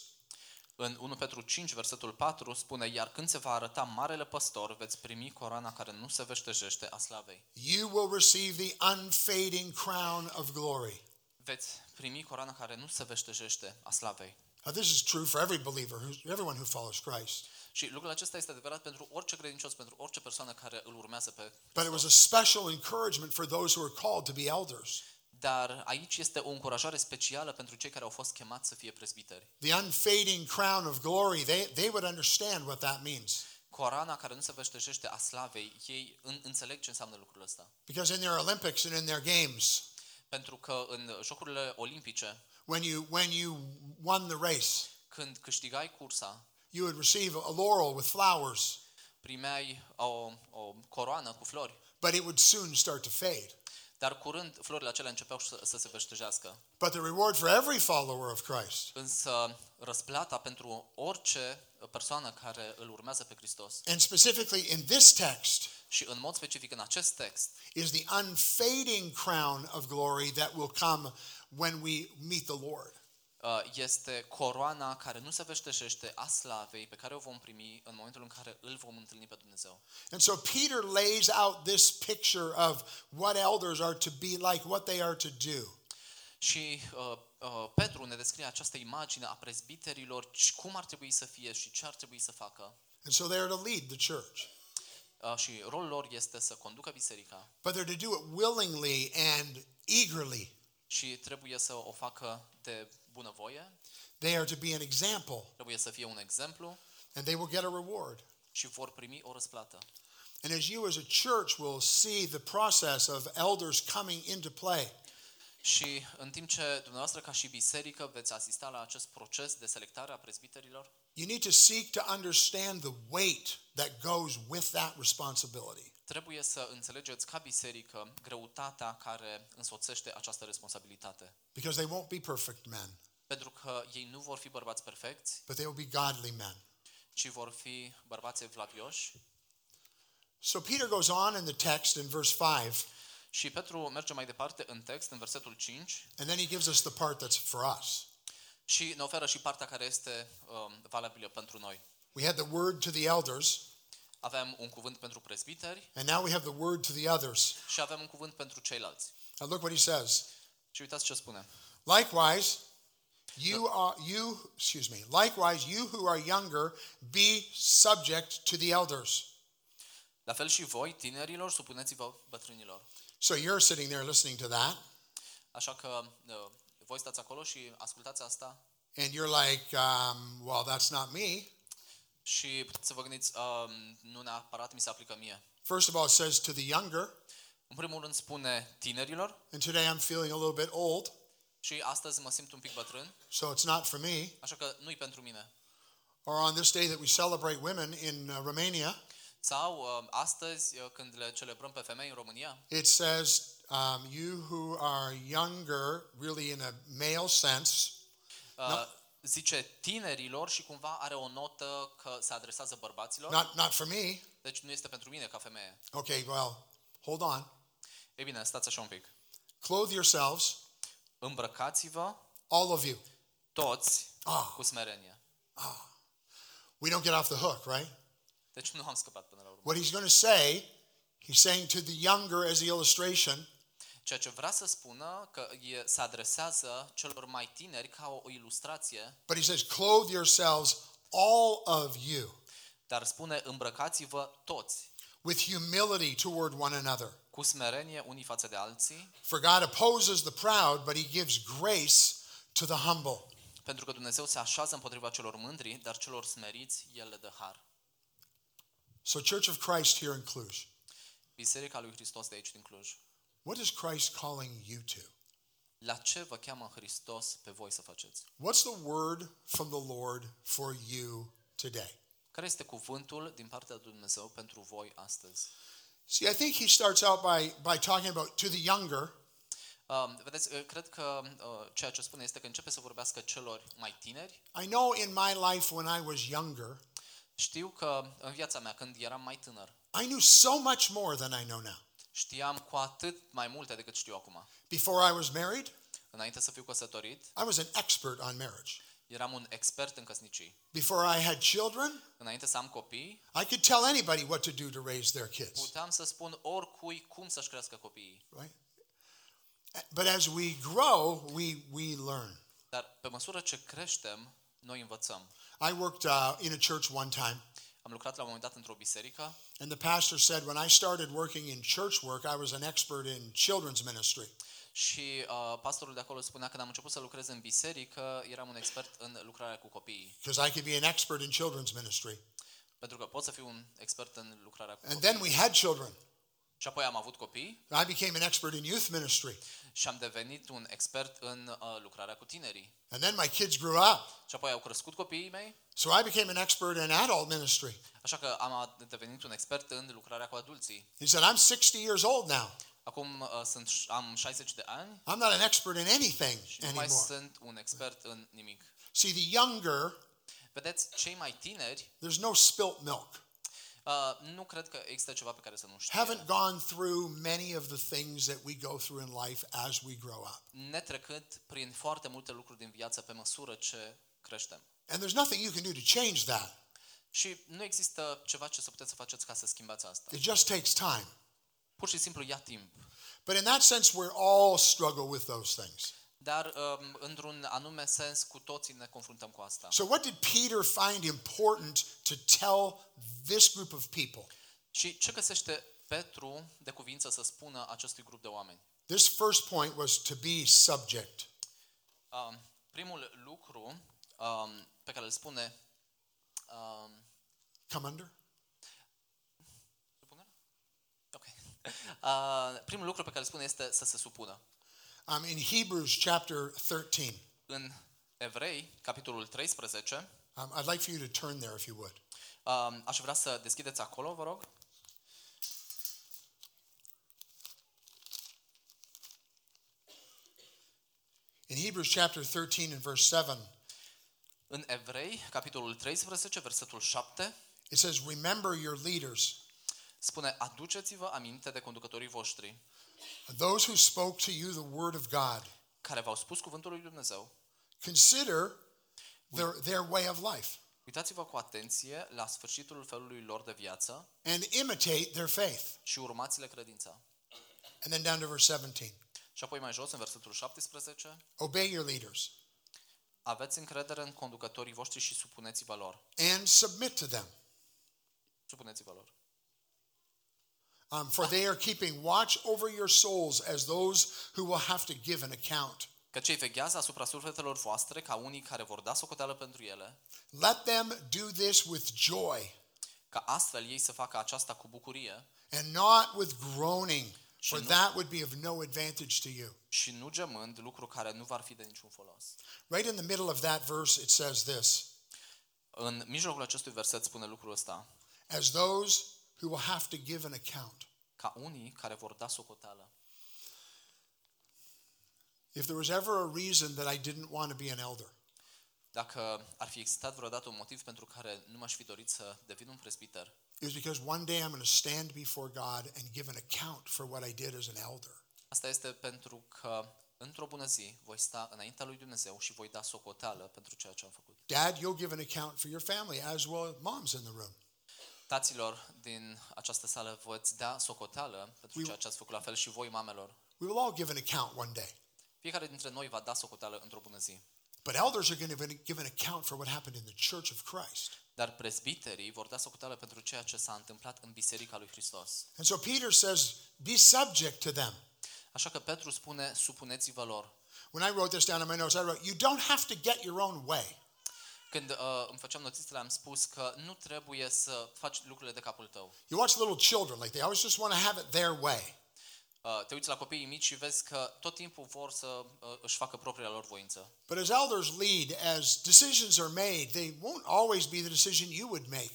Speaker 2: În 1 Petru 5, versetul 4 spune, Iar când se va arăta marele păstor, veți primi corona care nu se veștejește a slavei.
Speaker 1: you will receive the unfading crown of glory.
Speaker 2: Veți primi corona care nu se veștejește a slavei.
Speaker 1: Now, this is true for every believer, who's, everyone who follows Christ.
Speaker 2: Și lucrul acesta este adevărat pentru orice credincios, pentru orice persoană care îl urmează pe
Speaker 1: But it was a special encouragement for those who are called to be elders.
Speaker 2: Dar aici este o încurajare specială pentru cei care au fost chemați să fie prezbiteri.
Speaker 1: The unfading crown of glory, they, they would understand what that means.
Speaker 2: Corana care nu se veștejește a slavei, ei în, înțeleg ce înseamnă lucrul ăsta.
Speaker 1: Because in their Olympics and in their games,
Speaker 2: Pentru că în jocurile olimpice,
Speaker 1: when you, when you won the race,
Speaker 2: când câștigai cursa,
Speaker 1: you would receive a laurel with flowers,
Speaker 2: primeai o, o coroană cu flori,
Speaker 1: but it would soon start to fade.
Speaker 2: dar curând florile acelea începeau să, să se veștejească.
Speaker 1: But the reward for every follower of Christ
Speaker 2: Însă răsplata pentru orice persoană care îl urmează pe Hristos
Speaker 1: and specifically in this text,
Speaker 2: și în mod specific în acest text
Speaker 1: is the unfading crown of glory that will come when we meet the Lord.
Speaker 2: uh, este coroana care nu se veșteșește a slavei pe care o vom primi în momentul în care îl vom întâlni pe Dumnezeu.
Speaker 1: And so Peter lays out this picture of what elders are to be like, what they are to do.
Speaker 2: Și uh, uh, Petru ne descrie această imagine a prezbiterilor, ci cum ar trebui să fie și ce ar trebui să facă.
Speaker 1: And so they are to lead the church,
Speaker 2: Uh, și rolul lor este să conducă biserica
Speaker 1: but they're to do it willingly and eagerly.
Speaker 2: și trebuie să o facă de bunăvoie,
Speaker 1: They are to be an example,
Speaker 2: trebuie să fie un exemplu
Speaker 1: and they will get a reward.
Speaker 2: și vor primi o răsplată.
Speaker 1: And as you as a church will see the process of elders coming into play,
Speaker 2: Și în timp ce dumneavoastră ca și biserică veți asista la acest proces de selectare a prezbiterilor,
Speaker 1: you need to seek to understand the weight that goes with that responsibility.
Speaker 2: Trebuie să înțelegeți ca biserică greutatea care însoțește această responsabilitate.
Speaker 1: Because they won't be perfect men,
Speaker 2: Pentru că ei nu vor fi bărbați perfecți,
Speaker 1: but they will be godly men.
Speaker 2: ci vor fi bărbați evlavioși.
Speaker 1: So Peter goes on in the text in verse 5,
Speaker 2: Și Petru merge mai departe în text, în versetul 5,
Speaker 1: and then he gives us the part that's for us.
Speaker 2: și ne oferă și partea care este um, valabilă pentru noi.
Speaker 1: We had the word to the elders,
Speaker 2: Avem un cuvânt pentru prezbiteri
Speaker 1: and now we have the word to the others.
Speaker 2: și avem un cuvânt pentru ceilalți.
Speaker 1: Now look what he says.
Speaker 2: Și uitați ce spune.
Speaker 1: Likewise, you are you, excuse me. Likewise, you who are younger, be subject to the elders.
Speaker 2: La fel și voi, tinerilor, supuneți-vă bătrânilor.
Speaker 1: So you're sitting there listening to that,
Speaker 2: Așa că uh, voi stați acolo și ascultați asta
Speaker 1: and you're like, um, well, that's not me.
Speaker 2: și puteți să vă gândiți, uh, nu neapărat mi se aplică mie.
Speaker 1: First of all, it says to the younger,
Speaker 2: În primul rând spune tinerilor
Speaker 1: and today I'm feeling a little bit old,
Speaker 2: și astăzi mă simt un pic bătrân,
Speaker 1: so it's not for me.
Speaker 2: așa că nu-i pentru mine.
Speaker 1: Or on this day that we celebrate women in uh, Romania,
Speaker 2: Sau uh, astăzi, uh, când le celebrăm pe femei în România,
Speaker 1: it says, um, you who are younger, really in a male sense,
Speaker 2: uh,
Speaker 1: Da.
Speaker 2: zice tinerilor și cumva are o notă că se adresează bărbaților,
Speaker 1: not, not for me.
Speaker 2: deci nu este pentru mine ca femeie.
Speaker 1: Okay, well, hold on.
Speaker 2: Ei bine, stați așa un pic.
Speaker 1: Clothe yourselves,
Speaker 2: Îmbrăcați-vă
Speaker 1: all of you.
Speaker 2: toți
Speaker 1: Ah.
Speaker 2: cu smerenie.
Speaker 1: We don't get off the hook, right?
Speaker 2: Deci nu am scăpat până la urmă.
Speaker 1: What he's going to say, he's saying to the younger as the illustration,
Speaker 2: Ceea ce vrea să spună că e, se adresează celor mai tineri ca o ilustrație,
Speaker 1: but he says, clothe yourselves, all of you,
Speaker 2: dar spune îmbrăcați-vă toți
Speaker 1: with humility toward one another.
Speaker 2: cu smerenie unii față de alții,
Speaker 1: For God opposes the proud, but he gives grace to the humble.
Speaker 2: pentru că Dumnezeu se așează împotriva celor mândri, dar celor smeriți El le dă har.
Speaker 1: So, Church of Christ here in Cluj,
Speaker 2: Biserica lui Hristos de aici din Cluj.
Speaker 1: what is Christ calling you to?
Speaker 2: La ce vă cheamă Hristos pe voi să faceți?
Speaker 1: What's the word from the Lord for you today?
Speaker 2: Care este cuvântul din partea lui Dumnezeu pentru voi astăzi?
Speaker 1: See, I think he starts out by, by talking about to the younger,
Speaker 2: Um, vedeți, eh, cred că uh, ceea ce spune este că începe să vorbească celor mai tineri.
Speaker 1: I know in my life when I was younger,
Speaker 2: Știu că în viața mea, când eram mai tânăr,
Speaker 1: I knew so much more than I know now.
Speaker 2: știam cu atât mai multe decât știu acum.
Speaker 1: Before I was married,
Speaker 2: Înainte să fiu căsătorit,
Speaker 1: I was an expert on marriage.
Speaker 2: eram un expert în căsnicii.
Speaker 1: Before I had children,
Speaker 2: Înainte să am copii,
Speaker 1: I could tell anybody what to do to raise their kids,
Speaker 2: puteam să spun oricui cum să-și crească copiii.
Speaker 1: right? But as we grow, we, we learn.
Speaker 2: Dar pe măsură ce creștem, noi învățăm.
Speaker 1: I worked uh, in a church one time,
Speaker 2: Am lucrat la un moment dat într-o biserică
Speaker 1: and the pastor said, when I started working in church work, I was an expert in children's ministry.
Speaker 2: Și uh, pastorul de acolo spunea că când am început să lucrez în biserică, eram un expert în lucrarea cu copiii.
Speaker 1: because I could be an expert in children's ministry.
Speaker 2: Pentru că pot să fiu un expert în lucrarea cu
Speaker 1: And
Speaker 2: copiii.
Speaker 1: then we had children.
Speaker 2: Și apoi am avut copii
Speaker 1: I became an expert in youth ministry.
Speaker 2: și am devenit un expert în uh, lucrarea cu tinerii.
Speaker 1: And then my kids grew up.
Speaker 2: Și apoi au crescut copiii mei,
Speaker 1: So I became an expert in adult ministry.
Speaker 2: așa că am a- devenit un expert în lucrarea cu adulții.
Speaker 1: He said, I'm 60 years old now.
Speaker 2: Acum uh, sunt, am 60 de ani
Speaker 1: I'm not an expert in anything
Speaker 2: și nu
Speaker 1: anymore.
Speaker 2: mai sunt un expert în nimic.
Speaker 1: See, the younger,
Speaker 2: Vedeți, cei mai tineri,
Speaker 1: there's no spilt milk.
Speaker 2: uh, nu cred că există ceva pe care să nu știe.
Speaker 1: Haven't gone through many of the things that we go through in life as we grow up.
Speaker 2: netrecând prin foarte multe lucruri din viață pe măsură ce creștem.
Speaker 1: And there's nothing you can do to change that.
Speaker 2: Și nu există ceva ce să puteți să faceți ca să schimbați asta.
Speaker 1: It just takes time.
Speaker 2: Pur și simplu ia timp.
Speaker 1: But in that sense, we all struggle with those things.
Speaker 2: Dar um, într-un anume sens cu toții ne confruntăm cu asta.
Speaker 1: So, what did Peter find important to tell this group of people,
Speaker 2: Și ce găsește Petru de cuvință să spună acestui grup de oameni?
Speaker 1: this first point was to be subject.
Speaker 2: Um, primul lucru um, pe care îl spune um,
Speaker 1: Come under?
Speaker 2: supunere? Ok. Uh, primul lucru pe care îl spune este să se supună.
Speaker 1: Um, in Hebrews chapter 13,
Speaker 2: În Evrei, capitolul 13,
Speaker 1: um, I'd like for you to turn there if you would.
Speaker 2: Um, Aș vrea să deschideți acolo, vă rog.
Speaker 1: In Hebrews chapter 13 and verse 7,
Speaker 2: În Evrei, capitolul 13, versetul 7,
Speaker 1: it says, Remember your leaders,
Speaker 2: spune Aduceți-vă aminte de conducătorii voștri
Speaker 1: those who spoke to you the word of God.
Speaker 2: care v-au spus cuvântul lui Dumnezeu.
Speaker 1: Consider their, their way of life
Speaker 2: Uitați-vă cu atenție la sfârșitul felului lor de viață
Speaker 1: and imitate their faith.
Speaker 2: și urmați-le credința.
Speaker 1: And then down to verse 17
Speaker 2: Și apoi mai jos, în versetul 17,
Speaker 1: Obey your leaders
Speaker 2: aveți încredere în conducătorii voștri și supuneți-vă lor.
Speaker 1: and submit to them.
Speaker 2: Supuneți-vă lor.
Speaker 1: Um, for they are keeping watch over your souls as those who will have to give an account.
Speaker 2: Că cei veghează asupra sufletelor voastre ca unii care vor da socoteală pentru ele,
Speaker 1: Let them do this with joy
Speaker 2: ca astfel ei să facă aceasta cu bucurie
Speaker 1: and not with groaning, for
Speaker 2: Shalom.
Speaker 1: that would be of no advantage to you.
Speaker 2: și nu gemând lucru care nu va fi de niciun folos.
Speaker 1: Right in the middle of that verse, it says this
Speaker 2: În mijlocul acestui verset spune lucrul ăsta,
Speaker 1: as those who will have to give an account.
Speaker 2: ca unii care vor da socoteală.
Speaker 1: If there was ever a reason that I didn't want to be an elder,
Speaker 2: Dacă ar fi existat vreodată un motiv pentru care nu m-aș fi dorit să devin un presbiter,
Speaker 1: it was because one day I'm going to stand before God and give an account for what I did as an elder.
Speaker 2: asta este pentru că într-o bună zi voi sta înaintea lui Dumnezeu și voi da socoteală pentru ceea ce am făcut.
Speaker 1: Dad, you'll give an account for your family, as well moms in the room.
Speaker 2: Taților din această sală veți da socoteală pentru
Speaker 1: We-
Speaker 2: ceea ce ați făcut la fel și voi, mamelor.
Speaker 1: We will all give an account one day.
Speaker 2: Fiecare dintre noi va da socoteală într-o bună zi.
Speaker 1: But elders are going to give an account for what happened in the church of Christ.
Speaker 2: Dar prezbiterii vor da socoteală pentru ceea ce s-a întâmplat în Biserica lui Hristos.
Speaker 1: And so Peter says, be subject to them.
Speaker 2: Așa că Petru spune, supuneți-vă lor.
Speaker 1: When I wrote this down in my notes, I wrote, you don't have to get your own way.
Speaker 2: Când uh, îmi făceam notițele, am spus că nu trebuie să faci lucrurile de capul tău.
Speaker 1: You watch little children, like they always just want to have it their way.
Speaker 2: Uh, te uiți la copiii mici și vezi că tot timpul vor să uh, își facă propria lor voință.
Speaker 1: But as elders lead, as decisions are made, they won't always be the decision you would make.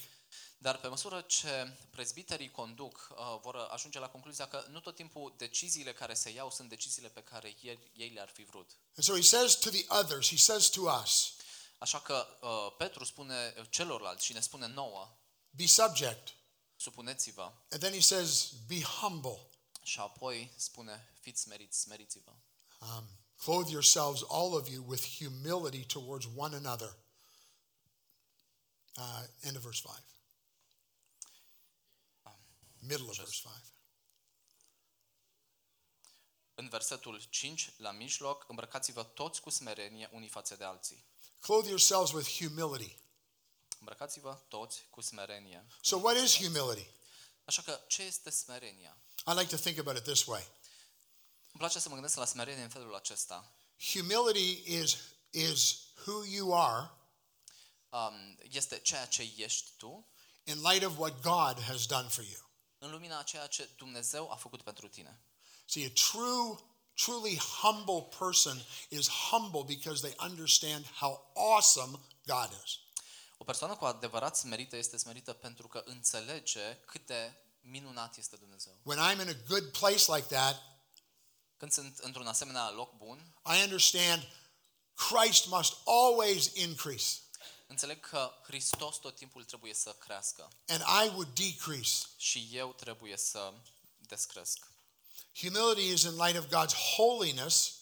Speaker 2: Dar pe măsură ce prezbiterii conduc, uh, vor ajunge la concluzia că nu tot timpul deciziile care se iau sunt deciziile pe care ei, ei le-ar fi vrut.
Speaker 1: And so he says to the others, he says to us,
Speaker 2: Așa că uh, Petru spune celorlalți și ne spune nouă,
Speaker 1: be subject.
Speaker 2: supuneți-vă
Speaker 1: And then he says, be humble.
Speaker 2: și apoi spune, fiți smeriți, smeriți-vă.
Speaker 1: Um, clothe yourselves, all of you, with humility towards one another. Uh, end of verse 5. Middle of verse 5.
Speaker 2: În versetul 5, la mijloc, îmbrăcați-vă toți cu smerenie unii față de alții.
Speaker 1: Clothe yourselves with humility.
Speaker 2: Îmbrăcați-vă toți cu smerenie.
Speaker 1: So, what is humility?
Speaker 2: Așa că, ce este smerenia?
Speaker 1: I like to think about it this way
Speaker 2: Îmi place să mă gândesc la smerenie în felul acesta.
Speaker 1: humility is, is who you are
Speaker 2: Um, este ceea ce ești tu
Speaker 1: in light of what God has done for you.
Speaker 2: în lumina a ceea ce Dumnezeu a făcut pentru tine.
Speaker 1: See, a true, truly humble person is humble because they understand how awesome God is.
Speaker 2: O persoană cu adevărat smerită este smerită pentru că înțelege cât de minunat este Dumnezeu.
Speaker 1: When I'm in a good place like that,
Speaker 2: Când sunt într-un asemenea loc bun,
Speaker 1: I understand Christ must always increase
Speaker 2: înțeleg că Hristos tot timpul trebuie să crească
Speaker 1: and I would decrease.
Speaker 2: și eu trebuie să descresc.
Speaker 1: Humility is in light of God's holiness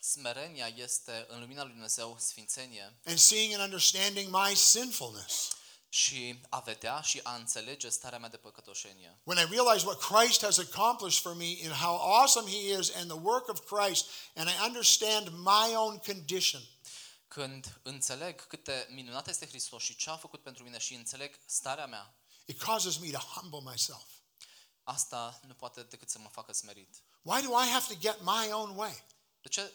Speaker 2: Smerenia este în lumina lui Dumnezeu sfințenie
Speaker 1: and seeing and understanding my sinfulness.
Speaker 2: și a vedea și a înțelege starea mea de păcătoșenie.
Speaker 1: When I realize what Christ has accomplished for me and how awesome He is and the work of Christ, and I understand my own condition,
Speaker 2: Când înțeleg cât de minunat este Hristos și ce a făcut pentru mine și înțeleg starea mea,
Speaker 1: it causes me to humble myself.
Speaker 2: asta nu poate decât să mă facă smerit.
Speaker 1: Why do I have to get my own way?
Speaker 2: De ce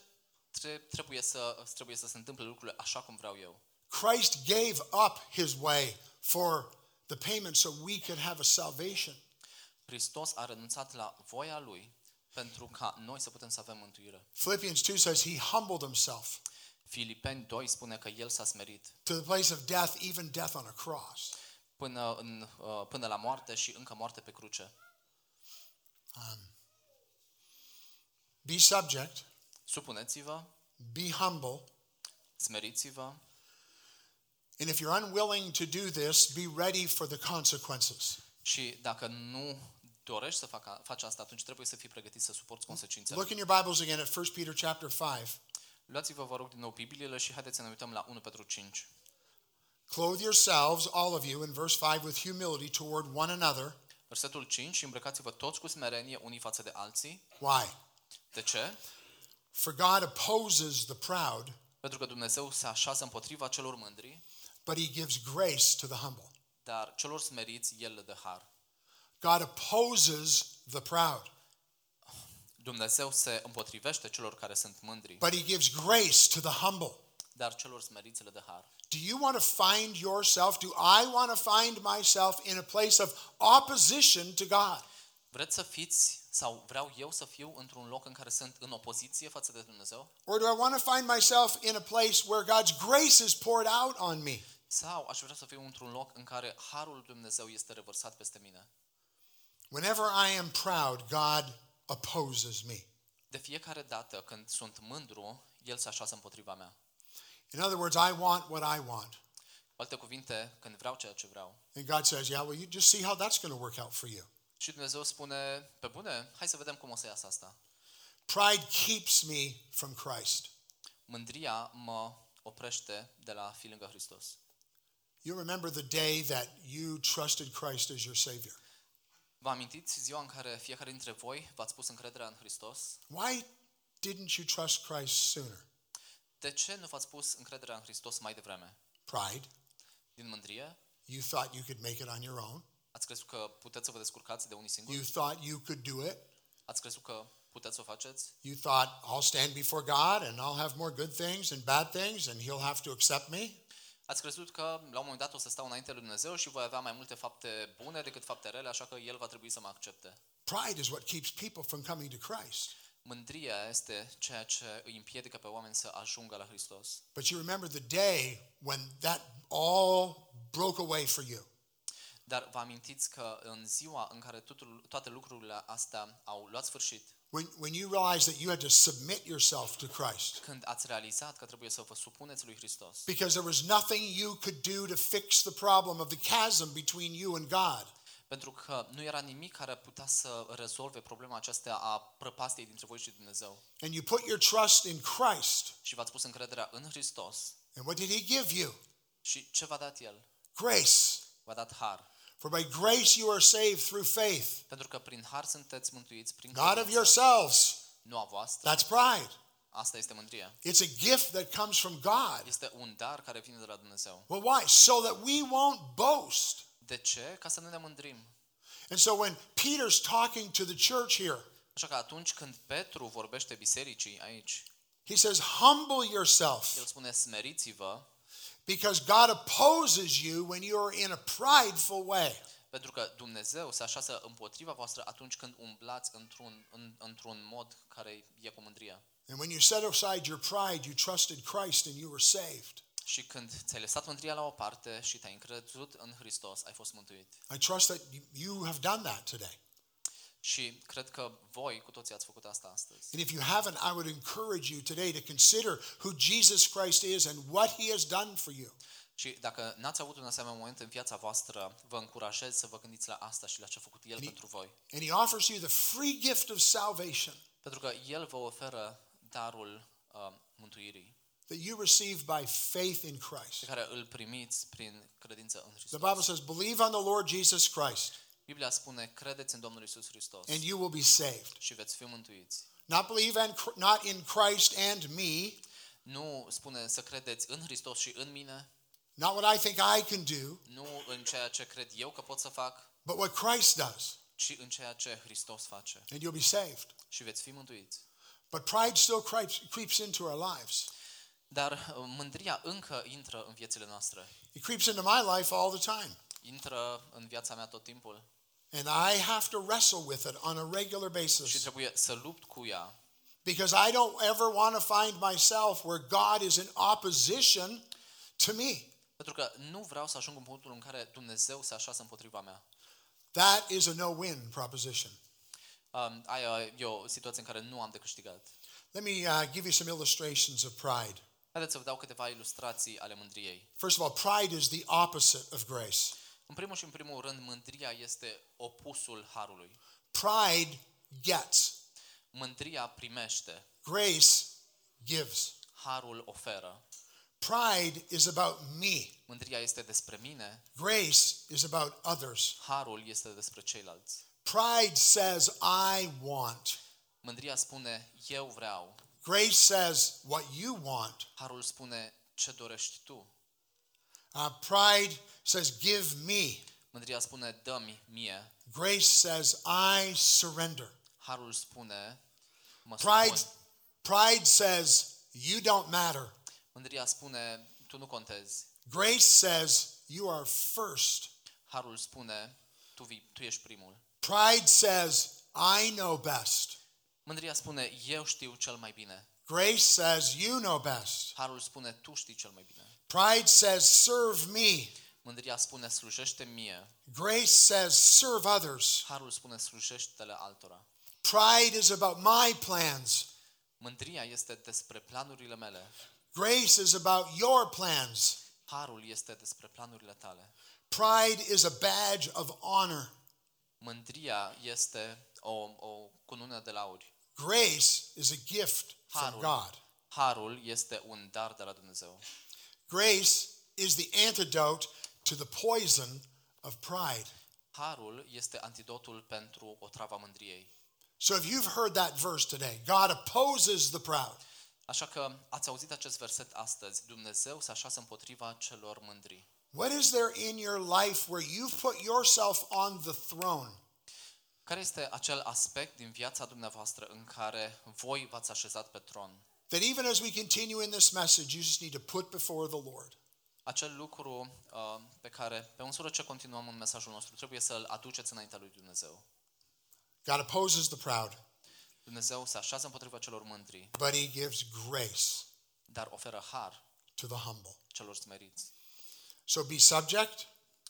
Speaker 2: tre- trebuie să, trebuie să se întâmple lucrurile așa cum vreau eu?
Speaker 1: Christ gave up His way for the payment so we could have a salvation.
Speaker 2: Hristos a renunțat la voia Lui pentru ca noi să putem să avem mântuire.
Speaker 1: Philippians 2 says he humbled himself
Speaker 2: Filipeni 2 spune că El s-a smerit
Speaker 1: to the place of death, even death on a cross.
Speaker 2: până, în, uh, până la moarte și încă moarte pe cruce.
Speaker 1: Be subject,
Speaker 2: Supuneți-vă,
Speaker 1: be humble,
Speaker 2: smeriți-vă
Speaker 1: and if you're unwilling to do this, be ready for the consequences.
Speaker 2: și dacă nu dorești să fac, faci asta, atunci trebuie să fii pregătit să suporți consecințele.
Speaker 1: Look in your Bibles again at 1 Peter chapter 5.
Speaker 2: Luați-vă, vă rog, din nou Bibliile și haideți să ne uităm la 1 Petru 5.
Speaker 1: Clothe yourselves, all of you, in verse 5 with humility toward one another.
Speaker 2: Versetul 5, și îmbrăcați-vă toți cu smerenie unii față de alții.
Speaker 1: Why?
Speaker 2: De ce?
Speaker 1: For God opposes the proud,
Speaker 2: Pentru că Dumnezeu se așează împotriva celor mândri,
Speaker 1: but he gives grace to the humble.
Speaker 2: dar celor smeriți El le dă har.
Speaker 1: God opposes the proud,
Speaker 2: Dumnezeu se împotrivește celor care sunt mândri,
Speaker 1: but he gives grace to the humble.
Speaker 2: dar celor smeriți le dă har.
Speaker 1: Do you want to find yourself? Do I want to find myself in a place of opposition to God?
Speaker 2: Vreți să fiți sau vreau eu să fiu într-un loc în care sunt în opoziție față de Dumnezeu?
Speaker 1: Or do I want to find myself in a place where God's grace is poured out on me?
Speaker 2: Sau aș vrea să fiu într-un loc în care harul lui Dumnezeu este revărsat peste mine?
Speaker 1: Whenever I am proud, God opposes me.
Speaker 2: De fiecare dată când sunt mândru, el se așează împotriva mea.
Speaker 1: In other words, I want what I want.
Speaker 2: Cu alte cuvinte, când vreau ceea ce vreau.
Speaker 1: And God says, Yeah, well, you just see how that's going to work out for you.
Speaker 2: Și Dumnezeu spune, pe bune, hai să vedem cum o să iasă asta.
Speaker 1: Pride keeps me from Christ.
Speaker 2: Mândria mă oprește de la a fi lângă Hristos.
Speaker 1: You remember the day that you trusted Christ as your Savior.
Speaker 2: Vă amintiți ziua în care fiecare dintre voi v-ați pus încrederea în Hristos?
Speaker 1: Why didn't you trust Christ sooner?
Speaker 2: De ce nu v-ați pus încrederea în Hristos mai devreme?
Speaker 1: Pride.
Speaker 2: Din mândrie?
Speaker 1: You thought you could make it on your own.
Speaker 2: Ați crezut că puteți să vă descurcați de unii singuri?
Speaker 1: You thought you could do it.
Speaker 2: Ați crezut că puteți să o faceți?
Speaker 1: You thought, I'll stand before God and I'll have more good things and bad things and He'll have to accept me.
Speaker 2: Ați crezut că la un moment dat o să stau înainte lui Dumnezeu și voi avea mai multe fapte bune decât fapte rele, așa că El va trebui să mă accepte.
Speaker 1: Pride is what keeps people from coming to Christ.
Speaker 2: Mândria este ceea ce îi împiedică pe oameni să ajungă la Hristos.
Speaker 1: But you remember the day when that all broke away for you.
Speaker 2: Dar vă amintiți că în ziua în care tuturul, toate lucrurile astea au luat sfârșit,
Speaker 1: When, when you realized that you had to submit yourself to Christ
Speaker 2: când ați realizat că trebuie să vă supuneți lui Hristos,
Speaker 1: because there was nothing you could do to fix the problem of the chasm between you and God.
Speaker 2: pentru că nu era nimic care putea să rezolve problema aceasta a prăpastiei dintre voi și Dumnezeu,
Speaker 1: And you put your trust in Christ.
Speaker 2: și v-ați pus încrederea în Hristos,
Speaker 1: And what did He give you?
Speaker 2: și ce v-a dat El?
Speaker 1: Grace.
Speaker 2: V-a dat har.
Speaker 1: For by grace you are saved through faith,
Speaker 2: Pentru că prin har sunteți mântuiți prin
Speaker 1: not of
Speaker 2: credință,
Speaker 1: yourselves.
Speaker 2: nu a voastră.
Speaker 1: That's pride.
Speaker 2: Asta este mândria.
Speaker 1: It's a gift that comes from God.
Speaker 2: Este un dar care vine de la Dumnezeu.
Speaker 1: Well, why? So that we won't boast.
Speaker 2: De ce? Ca să nu ne mândrim.
Speaker 1: And so when Peter's talking to the church here,
Speaker 2: Așa că atunci când Petru vorbește bisericii aici,
Speaker 1: he says, Humble
Speaker 2: el
Speaker 1: yourself
Speaker 2: spune smeriți-vă
Speaker 1: because God opposes you when you are in a prideful way.
Speaker 2: pentru că Dumnezeu se așează împotriva voastră atunci când umblați într-un, în, într-un mod care e cu mândria.
Speaker 1: And when you set aside your pride, you trusted Christ and you were saved.
Speaker 2: Și când ți-ai lăsat mândria la o parte și te-ai încrezut în Hristos, ai fost mântuit.
Speaker 1: I trust that you have done that today.
Speaker 2: Și cred că voi cu toții ați făcut asta astăzi.
Speaker 1: And if you haven't, I would encourage you today to consider who Jesus Christ is and what he has done for you.
Speaker 2: Și dacă n-ați avut un asemenea moment în viața voastră, vă încurajez să vă gândiți la asta și la ce a făcut El
Speaker 1: Ni-
Speaker 2: pentru voi.
Speaker 1: And he offers you the free gift of salvation
Speaker 2: Pentru că El vă oferă darul uh, mântuirii,
Speaker 1: that you receive by faith in
Speaker 2: pe
Speaker 1: Christ.
Speaker 2: care îl primiți prin credință în
Speaker 1: The
Speaker 2: Hristos.
Speaker 1: Bible says, believe on the Lord Jesus Christ
Speaker 2: Biblia spune, credeți în Domnul Isus Hristos
Speaker 1: and you will be saved.
Speaker 2: și veți fi mântuiți.
Speaker 1: Not believe and not in Christ and me,
Speaker 2: Nu spune să credeți în Hristos și în mine,
Speaker 1: not what I think I can do,
Speaker 2: nu în ceea ce cred eu că pot să fac,
Speaker 1: but what Christ does,
Speaker 2: ci în ceea ce Hristos face
Speaker 1: and you'll be saved.
Speaker 2: și veți fi mântuiți.
Speaker 1: But pride still creeps, creeps into our lives.
Speaker 2: Dar uh, mândria încă intră în viețile noastre,
Speaker 1: It creeps into my life all the time.
Speaker 2: intră în viața mea tot timpul.
Speaker 1: And I have to wrestle with it on a regular
Speaker 2: Și
Speaker 1: basis
Speaker 2: trebuie să lupt cu ea,
Speaker 1: because I don't ever want to find myself where God is in opposition to me.
Speaker 2: pentru că nu vreau să ajung în punctul în care Dumnezeu se așează împotriva mea.
Speaker 1: That is a no win proposition.
Speaker 2: Um, aia e o situație în care nu am de câștigat.
Speaker 1: Let me uh, give you some illustrations of pride.
Speaker 2: Haideți să vă dau câteva ilustrații ale mândriei.
Speaker 1: First of all, pride is the opposite of grace.
Speaker 2: În primul și în primul rând, mândria este opusul harului.
Speaker 1: Pride gets,
Speaker 2: Mândria primește,
Speaker 1: grace gives.
Speaker 2: harul oferă.
Speaker 1: Pride is about me,
Speaker 2: Mândria este despre mine,
Speaker 1: grace is about others.
Speaker 2: harul este despre ceilalți.
Speaker 1: Pride says, I want.
Speaker 2: Mândria spune, eu vreau.
Speaker 1: Grace says, what you want.
Speaker 2: Harul spune, ce dorești tu.
Speaker 1: Uh, pride says, give me.
Speaker 2: Mândria spune, dă-mi mie.
Speaker 1: Grace says, I surrender.
Speaker 2: Harul spune, mă
Speaker 1: Pride,
Speaker 2: supun.
Speaker 1: pride says, you don't matter.
Speaker 2: Mândria spune, tu nu contezi.
Speaker 1: Grace says, you are first.
Speaker 2: Harul spune, tu, vii, tu ești primul.
Speaker 1: Pride says, I know best.
Speaker 2: Mândria spune, eu știu cel mai bine.
Speaker 1: Grace says, you know best.
Speaker 2: Harul spune, tu știi cel mai bine.
Speaker 1: Pride says, serve me.
Speaker 2: Mândria spune, slujește mie.
Speaker 1: Grace says, serve others.
Speaker 2: Harul spune, slujește-le altora.
Speaker 1: Pride is about my plans.
Speaker 2: Mândria este despre planurile mele.
Speaker 1: Grace is about your plans.
Speaker 2: Harul este despre planurile tale.
Speaker 1: Pride is a badge of honor.
Speaker 2: Mândria este o, o cunună de lauri.
Speaker 1: Grace is a gift from
Speaker 2: Harul.
Speaker 1: God.
Speaker 2: Harul este un dar de la Dumnezeu.
Speaker 1: Grace is the antidote to the poison of pride.
Speaker 2: Harul este antidotul pentru otrava mândriei.
Speaker 1: So if you've heard that verse today, God opposes the proud.
Speaker 2: Așa că ați auzit acest verset astăzi. Dumnezeu se așează împotriva celor mândri.
Speaker 1: What is there in your life where you've put yourself on the throne?
Speaker 2: Care este acel aspect din viața dumneavoastră în care voi v-ați așezat pe tron?
Speaker 1: That even as we continue in this message, you just need to put before the Lord.
Speaker 2: Acel lucru uh, pe care, pe măsură ce continuăm în mesajul nostru, trebuie să-l aduceți înaintea lui Dumnezeu.
Speaker 1: God opposes the proud,
Speaker 2: Dumnezeu se așează împotriva celor mândri,
Speaker 1: but he gives grace
Speaker 2: dar oferă har
Speaker 1: to the humble.
Speaker 2: celor smeriți.
Speaker 1: So be subject,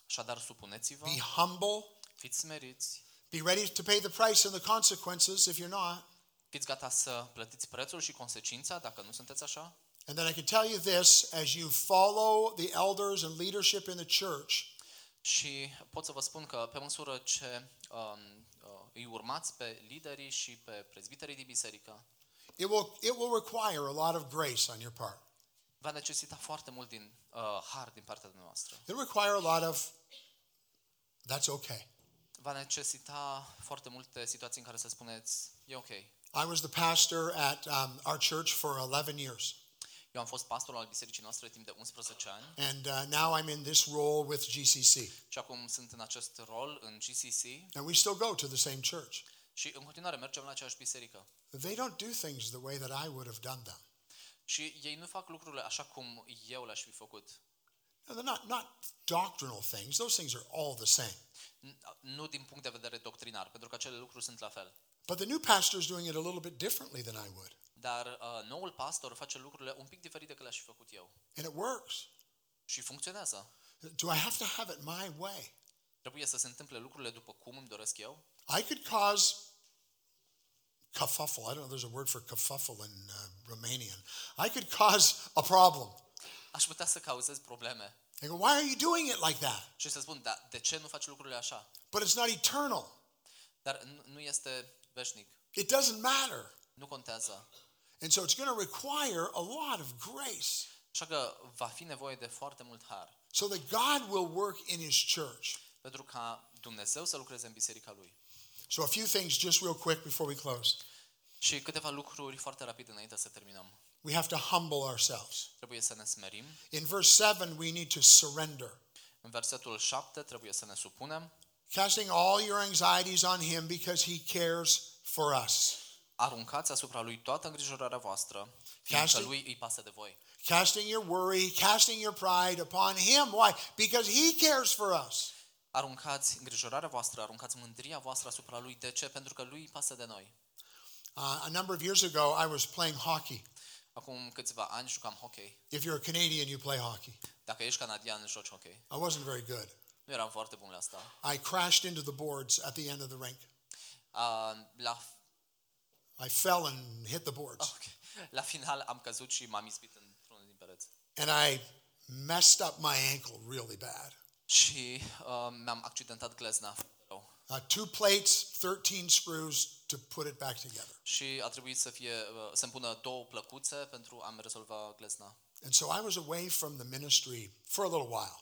Speaker 2: Așadar, supuneți-vă,
Speaker 1: be humble,
Speaker 2: fiți smeriți,
Speaker 1: be ready to pay the price and the consequences if you're not.
Speaker 2: fiți gata să plătiți prețul și consecința dacă nu sunteți așa.
Speaker 1: And then I can tell you this as you follow the elders and leadership in the church,
Speaker 2: Și pot să vă spun că pe măsură ce um, uh, îi urmați pe liderii și pe prezbiterii din biserică,
Speaker 1: it will, it will require a lot of grace on your part.
Speaker 2: va necesita foarte mult din uh, har din partea noastră.
Speaker 1: It'll require a lot of, that's okay.
Speaker 2: Va necesita foarte multe situații în care să spuneți, e ok.
Speaker 1: I was the pastor at um, our church for 11 years,
Speaker 2: Eu am fost pastor al bisericii noastre timp de 11 ani
Speaker 1: and uh, now I'm in this role with GCC.
Speaker 2: și acum sunt în acest rol în GCC
Speaker 1: And we still go to the same church.
Speaker 2: și în continuare mergem la aceeași biserică.
Speaker 1: They don't do things the way that I would have done them.
Speaker 2: Și ei nu fac lucrurile așa cum eu le-aș fi făcut.
Speaker 1: No, they're not, not doctrinal things, those things are all the same.
Speaker 2: N- Nu din punct de vedere doctrinar, pentru că acele lucruri sunt la fel.
Speaker 1: But the new pastor is doing it a little bit differently than I would,
Speaker 2: Dar uh, noul pastor face lucrurile un pic diferit decât le-aș fi făcut eu.
Speaker 1: and it works.
Speaker 2: Și funcționează.
Speaker 1: Do I have to have it my way?
Speaker 2: Trebuie să se întâmple lucrurile după cum îmi doresc eu.
Speaker 1: I could cause kerfuffle. I don't know. if There's a word for kerfuffle in uh, Romanian. I could cause a problem.
Speaker 2: Aș putea să cauzez probleme
Speaker 1: They go, why are you doing it like that?
Speaker 2: și să spun, da, de ce nu faci lucrurile așa?
Speaker 1: But it's not eternal.
Speaker 2: Dar nu nu este veșnic.
Speaker 1: It doesn't matter.
Speaker 2: Nu contează.
Speaker 1: And so it's going to require a lot of grace
Speaker 2: Așa că va fi nevoie de foarte mult har.
Speaker 1: so that God will work in his church.
Speaker 2: Pentru ca Dumnezeu să lucreze în biserica Lui.
Speaker 1: So a few things just real quick before we close.
Speaker 2: Și câteva lucruri foarte rapid înainte să terminăm.
Speaker 1: We have to humble ourselves.
Speaker 2: Trebuie să ne smerim.
Speaker 1: In verse 7, we need to surrender.
Speaker 2: În versetul 7 trebuie să ne supunem.
Speaker 1: Casting all your anxieties on him because he cares for us.
Speaker 2: Aruncați asupra Lui toată îngrijorarea voastră, fiindcă
Speaker 1: Casting-
Speaker 2: Lui îi pasă de voi.
Speaker 1: casting your worry, casting your pride upon him. Why? Because he cares for us.
Speaker 2: Aruncați îngrijorarea voastră, aruncați mândria voastră asupra Lui. De ce? Pentru că Lui îi pasă de noi.
Speaker 1: Uh, a number of years ago, I was playing hockey.
Speaker 2: Acum câțiva ani jucam hockey.
Speaker 1: If you're a Canadian, you play hockey.
Speaker 2: Dacă ești canadian, joci hockey.
Speaker 1: I wasn't very good.
Speaker 2: Nu eram foarte bun la asta.
Speaker 1: I crashed into the boards at the end of the rink.
Speaker 2: A, la,
Speaker 1: I fell and hit the boards.
Speaker 2: ok. la final am căzut și m-am izbit într-unul din pereți.
Speaker 1: And I messed up my ankle really bad.
Speaker 2: Și uh, mi-am accidentat glezna. foarte rău.
Speaker 1: Uh, two plates, 13 screws to put it back together.
Speaker 2: Și a trebuit să fie uh, să-mi pună două plăcuțe pentru a-mi rezolva glezna.
Speaker 1: And so I was away from the ministry for a little while.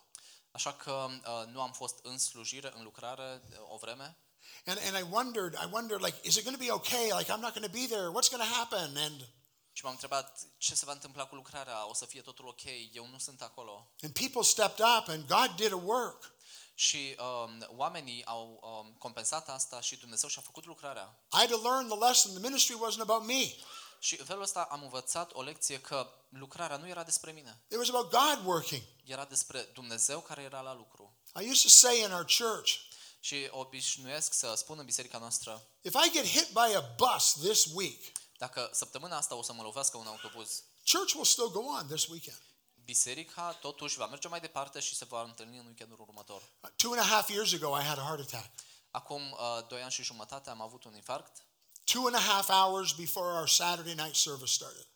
Speaker 2: Așa că uh, nu am fost în slujire, în lucrare uh, o vreme.
Speaker 1: And, and I wondered, I wondered, like, is it going to be okay? Like, I'm not going to be there. What's going to happen? And
Speaker 2: Și m-am întrebat ce se va întâmpla cu lucrarea, o să fie totul ok, eu nu sunt acolo.
Speaker 1: And people stepped up and God did a work.
Speaker 2: Și um, oamenii au um, compensat asta și Dumnezeu și-a făcut lucrarea.
Speaker 1: I had to learn the lesson. The ministry wasn't about me,
Speaker 2: Și în felul ăsta am învățat o lecție că lucrarea nu era despre mine,
Speaker 1: it was about God working.
Speaker 2: era despre Dumnezeu care era la lucru.
Speaker 1: I used to say in our church
Speaker 2: Și obișnuiesc să spun în biserica noastră,
Speaker 1: if I get hit by a bus this week,
Speaker 2: dacă săptămâna asta o să mă lovească un autobuz,
Speaker 1: church will still go on this weekend.
Speaker 2: biserica totuși va merge mai departe și se va întâlni în weekendul următor.
Speaker 1: Uh, Two and a half years ago, I had a heart attack.
Speaker 2: Acum uh, doi ani și jumătate am avut un infarct.
Speaker 1: Two and a half hours before our Saturday night service started,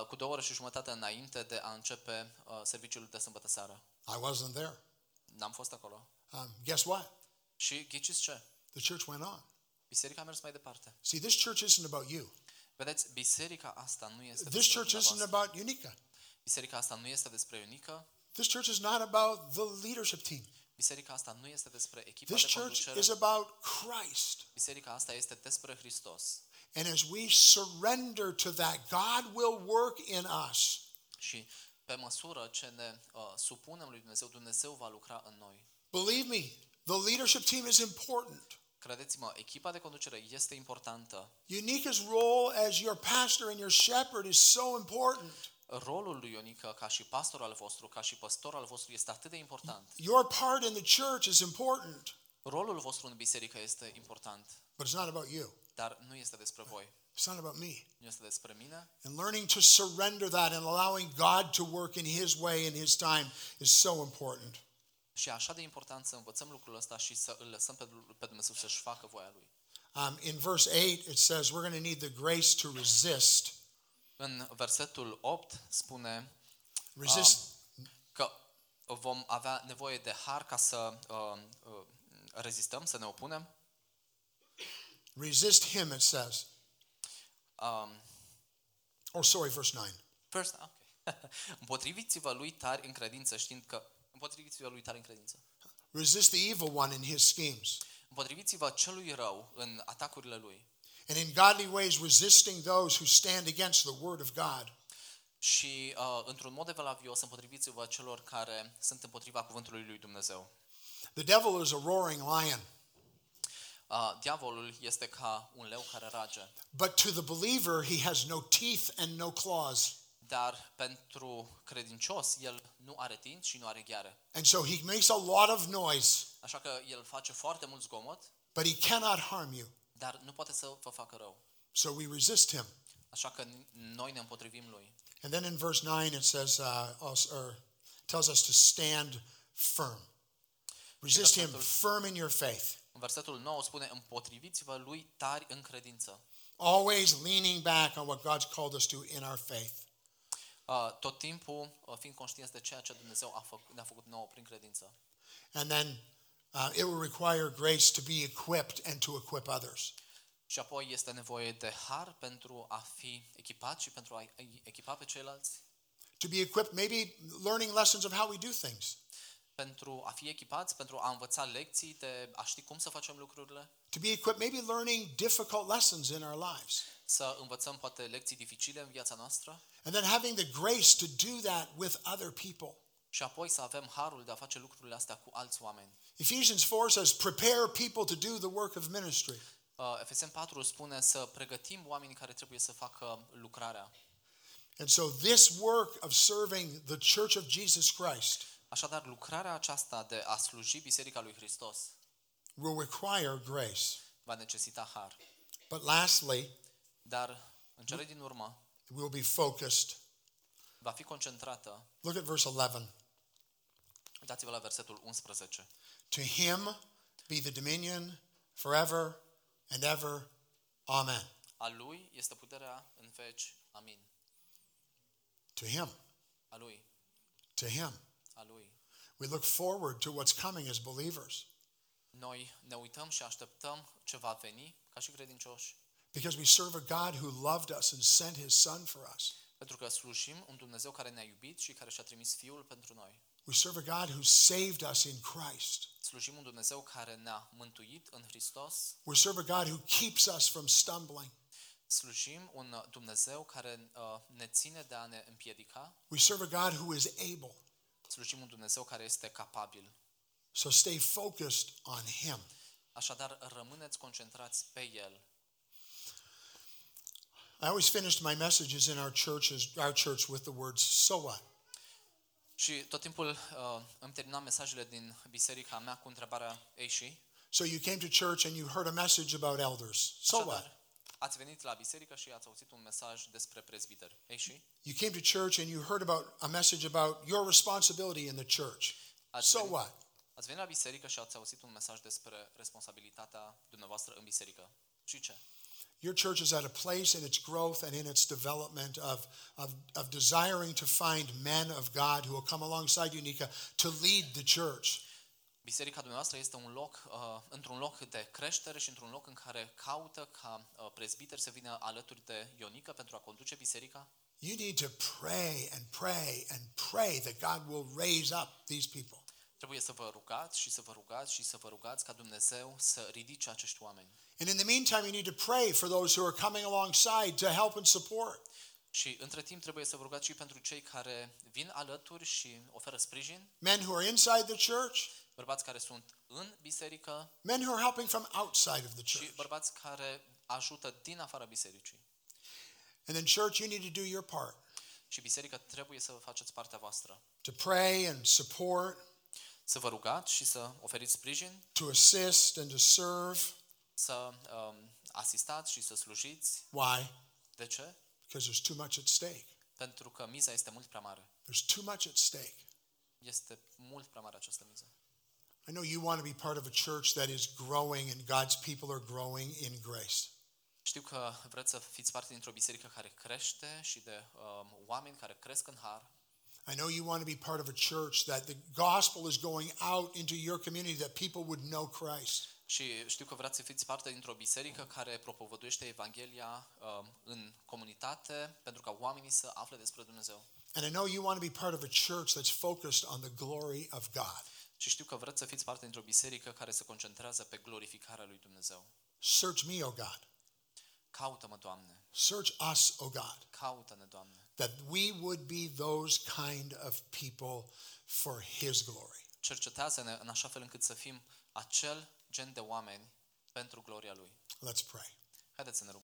Speaker 2: Uh, cu două ore și jumătate înainte de a începe uh, serviciul de sâmbătă seară.
Speaker 1: I wasn't there.
Speaker 2: N-am fost acolo.
Speaker 1: Um, guess what?
Speaker 2: Și ghiciți ce?
Speaker 1: The church went on.
Speaker 2: Biserica a mers mai departe.
Speaker 1: See, this church isn't about you.
Speaker 2: Vedeți, biserica asta nu este
Speaker 1: This
Speaker 2: despre
Speaker 1: church isn't
Speaker 2: dumneavoastră.
Speaker 1: about Unica.
Speaker 2: Biserica asta nu este despre Ionică.
Speaker 1: This church is not about the leadership team.
Speaker 2: Biserica asta nu este despre echipa
Speaker 1: This
Speaker 2: de
Speaker 1: church
Speaker 2: conducere.
Speaker 1: is about Christ.
Speaker 2: Biserica asta este despre Hristos.
Speaker 1: And as we surrender to that, God will work in us.
Speaker 2: Și pe măsură ce ne uh, supunem lui Dumnezeu, Dumnezeu va lucra în noi.
Speaker 1: Believe me, the leadership team is important.
Speaker 2: Credeți-mă, echipa de conducere este importantă.
Speaker 1: Unica's role as your pastor and your shepherd is so important.
Speaker 2: Rolul lui Ionică ca și pastor al vostru, ca și păstor al vostru este atât de important.
Speaker 1: Your part in the church is important,
Speaker 2: Rolul vostru în biserică este important,
Speaker 1: but it's not about you.
Speaker 2: dar nu este despre voi.
Speaker 1: It's not about me.
Speaker 2: Nu este despre mine.
Speaker 1: And learning to surrender that and allowing God to work in His way and His time is so important.
Speaker 2: Și e așa de important să învățăm lucrul ăsta și să îl lăsăm pe, pe Dumnezeu să-și facă voia Lui.
Speaker 1: Um, in verse 8, it says, We're going to need the grace to resist.
Speaker 2: În versetul 8 spune
Speaker 1: Resist.
Speaker 2: că uh, vom avea nevoie de har ca să uh, uh, rezistăm, să ne opunem.
Speaker 1: Resist him, it says.
Speaker 2: Um,
Speaker 1: Oh, sorry, verse 9.
Speaker 2: first, okay. Împotriviți-vă lui tari în credință, știind că... Împotriviți-vă lui tari în credință.
Speaker 1: Resist the evil one in his schemes.
Speaker 2: Împotriviți-vă celui rău în atacurile lui
Speaker 1: And in godly ways, resisting those who stand against the word of God.
Speaker 2: și, uh, într-un mod evlavios, împotriviți-vă celor care sunt împotriva cuvântului lui Dumnezeu.
Speaker 1: The devil is a roaring lion,
Speaker 2: Uh, diavolul este ca un leu care rage,
Speaker 1: but to the believer, he has no teeth and no claws.
Speaker 2: dar pentru credincios el nu are dinți și nu are gheare.
Speaker 1: And so he makes a lot of noise,
Speaker 2: Așa că el face foarte mult zgomot,
Speaker 1: but he cannot harm you.
Speaker 2: dar nu poate să vă facă rău.
Speaker 1: So we resist him.
Speaker 2: Așa că n- noi ne împotrivim lui.
Speaker 1: And then in verse 9, it says, uh, also, or tells us to stand firm. Resist him firm in your faith,
Speaker 2: În versetul 9 spune, împotriviți-vă lui tari în credință.
Speaker 1: always leaning back on what God's called us to in our faith.
Speaker 2: Uh, Tot timpul uh, fiind conștienți de ceea ce Dumnezeu a făc- ne-a făcut nouă prin credință.
Speaker 1: And then uh, it will require grace to be equipped and to equip others.
Speaker 2: Și apoi este nevoie de har pentru a fi echipat și pentru a îi echipa pe ceilalți.
Speaker 1: To be equipped, maybe learning lessons of how we do things.
Speaker 2: Pentru a fi echipați, pentru a învăța lecții, de a ști cum să facem lucrurile.
Speaker 1: To be equipped, maybe learning difficult lessons in our lives.
Speaker 2: Să învățăm poate lecții dificile în viața noastră.
Speaker 1: And then having the grace to do that with other people.
Speaker 2: Și apoi să avem harul de a face lucrurile astea cu alți oameni.
Speaker 1: Ephesians 4 says, Prepare people to do the work of ministry.
Speaker 2: Uh, Efeseni 4 spune să pregătim oamenii care trebuie să facă lucrarea.
Speaker 1: And so, this work of serving the church of Jesus Christ
Speaker 2: Așadar, lucrarea aceasta de a sluji Biserica lui Hristos
Speaker 1: will require grace.
Speaker 2: va necesita har.
Speaker 1: But lastly,
Speaker 2: Dar, în cele din urmă,
Speaker 1: we'll be focused.
Speaker 2: va fi concentrată.
Speaker 1: Look at verse 11.
Speaker 2: Uitați-vă la versetul 11.
Speaker 1: To him be the dominion forever and ever. Amen.
Speaker 2: A lui este puterea în veci. Amin.
Speaker 1: To him.
Speaker 2: A lui.
Speaker 1: To him.
Speaker 2: A lui.
Speaker 1: We look forward to what's coming as believers
Speaker 2: Noi ne uităm și așteptăm ce va veni ca și credincioși.
Speaker 1: because we serve a God who loved us and sent his son for us.
Speaker 2: Pentru că slujim un Dumnezeu care ne-a iubit și care și-a trimis Fiul pentru noi.
Speaker 1: We serve a God who saved us in Christ.
Speaker 2: Slujim un Dumnezeu care ne-a mântuit în Hristos.
Speaker 1: We serve a God who keeps us from stumbling.
Speaker 2: Slujim un uh, Dumnezeu care uh, ne ține de a ne împiedica.
Speaker 1: We serve a God who is able.
Speaker 2: Slujim un Dumnezeu care este capabil.
Speaker 1: So stay focused on Him.
Speaker 2: Așadar, rămâneți concentrați pe El.
Speaker 1: I always finished my messages in our churches, our church, with the words "So what."
Speaker 2: Și tot timpul uh, îmi terminam mesajele din biserica mea cu întrebarea, ei și?
Speaker 1: So you came to church and you heard a message about elders. So what?
Speaker 2: Așadar, ați venit la biserică și ați auzit un mesaj despre prezbiteri. Ei și?
Speaker 1: You came to church and you heard about a message about your responsibility in the church.
Speaker 2: Ați
Speaker 1: So
Speaker 2: venit-
Speaker 1: what?
Speaker 2: Ați venit la biserică și ați auzit un mesaj despre responsabilitatea dumneavoastră în biserică. Și ce?
Speaker 1: Your church is at a place in its growth and in its development of, of, of desiring to find men of God who will come alongside Unica to lead the church.
Speaker 2: Biserica dumneavoastră este un loc, uh, într-un loc de creștere și într-un loc în care caută ca uh, prezbiteri să vină alături de Ionică pentru a conduce biserica.
Speaker 1: You need to pray and pray and pray that God will raise up these people.
Speaker 2: Trebuie să vă rugați și să vă rugați și să vă rugați ca Dumnezeu să ridice acești oameni.
Speaker 1: And in the meantime, you need to pray for those who are coming alongside to help and support.
Speaker 2: Și între timp trebuie să vă rugați și pentru cei care vin alături și oferă sprijin,
Speaker 1: Men who are inside the church,
Speaker 2: bărbați care sunt în biserică
Speaker 1: men who are helping from outside of the church.
Speaker 2: și bărbați care ajută din afara bisericii.
Speaker 1: And then, church, you need to do your part
Speaker 2: Și biserica trebuie să vă faceți partea voastră.
Speaker 1: to pray and support,
Speaker 2: Să vă rugați și să oferiți sprijin,
Speaker 1: to assist and to serve.
Speaker 2: să um, asistați și să slujiți.
Speaker 1: Why?
Speaker 2: De ce?
Speaker 1: Because there's too much at stake.
Speaker 2: Pentru că miza este mult prea mare.
Speaker 1: There's too much at stake.
Speaker 2: Este mult prea mare această miză.
Speaker 1: I know you want to be part of a church that is growing and God's people are growing in grace.
Speaker 2: Știu că vreți să fiți parte dintr-o biserică care crește și de um, oameni care cresc în har.
Speaker 1: I know you want to be part of a church that the gospel is going out into your community that people would know Christ.
Speaker 2: Și știu că vreți să fiți parte dintr-o biserică care propovăduiește Evanghelia um, în comunitate pentru ca oamenii să afle despre Dumnezeu.
Speaker 1: And I know you want to be part of a church that's focused on the glory of God.
Speaker 2: Și știu că vreți să fiți parte dintr-o biserică care se concentrează pe glorificarea lui Dumnezeu.
Speaker 1: Search me, O God.
Speaker 2: Caută-mă, Doamne!
Speaker 1: Search us, O God,
Speaker 2: Caută-ne, Doamne!
Speaker 1: that we would be those kind of people for His glory.
Speaker 2: Cercetează-ne în așa fel încât să fim acel gen de oameni pentru gloria Lui.
Speaker 1: Let's pray.
Speaker 2: Haideți să ne rugăm.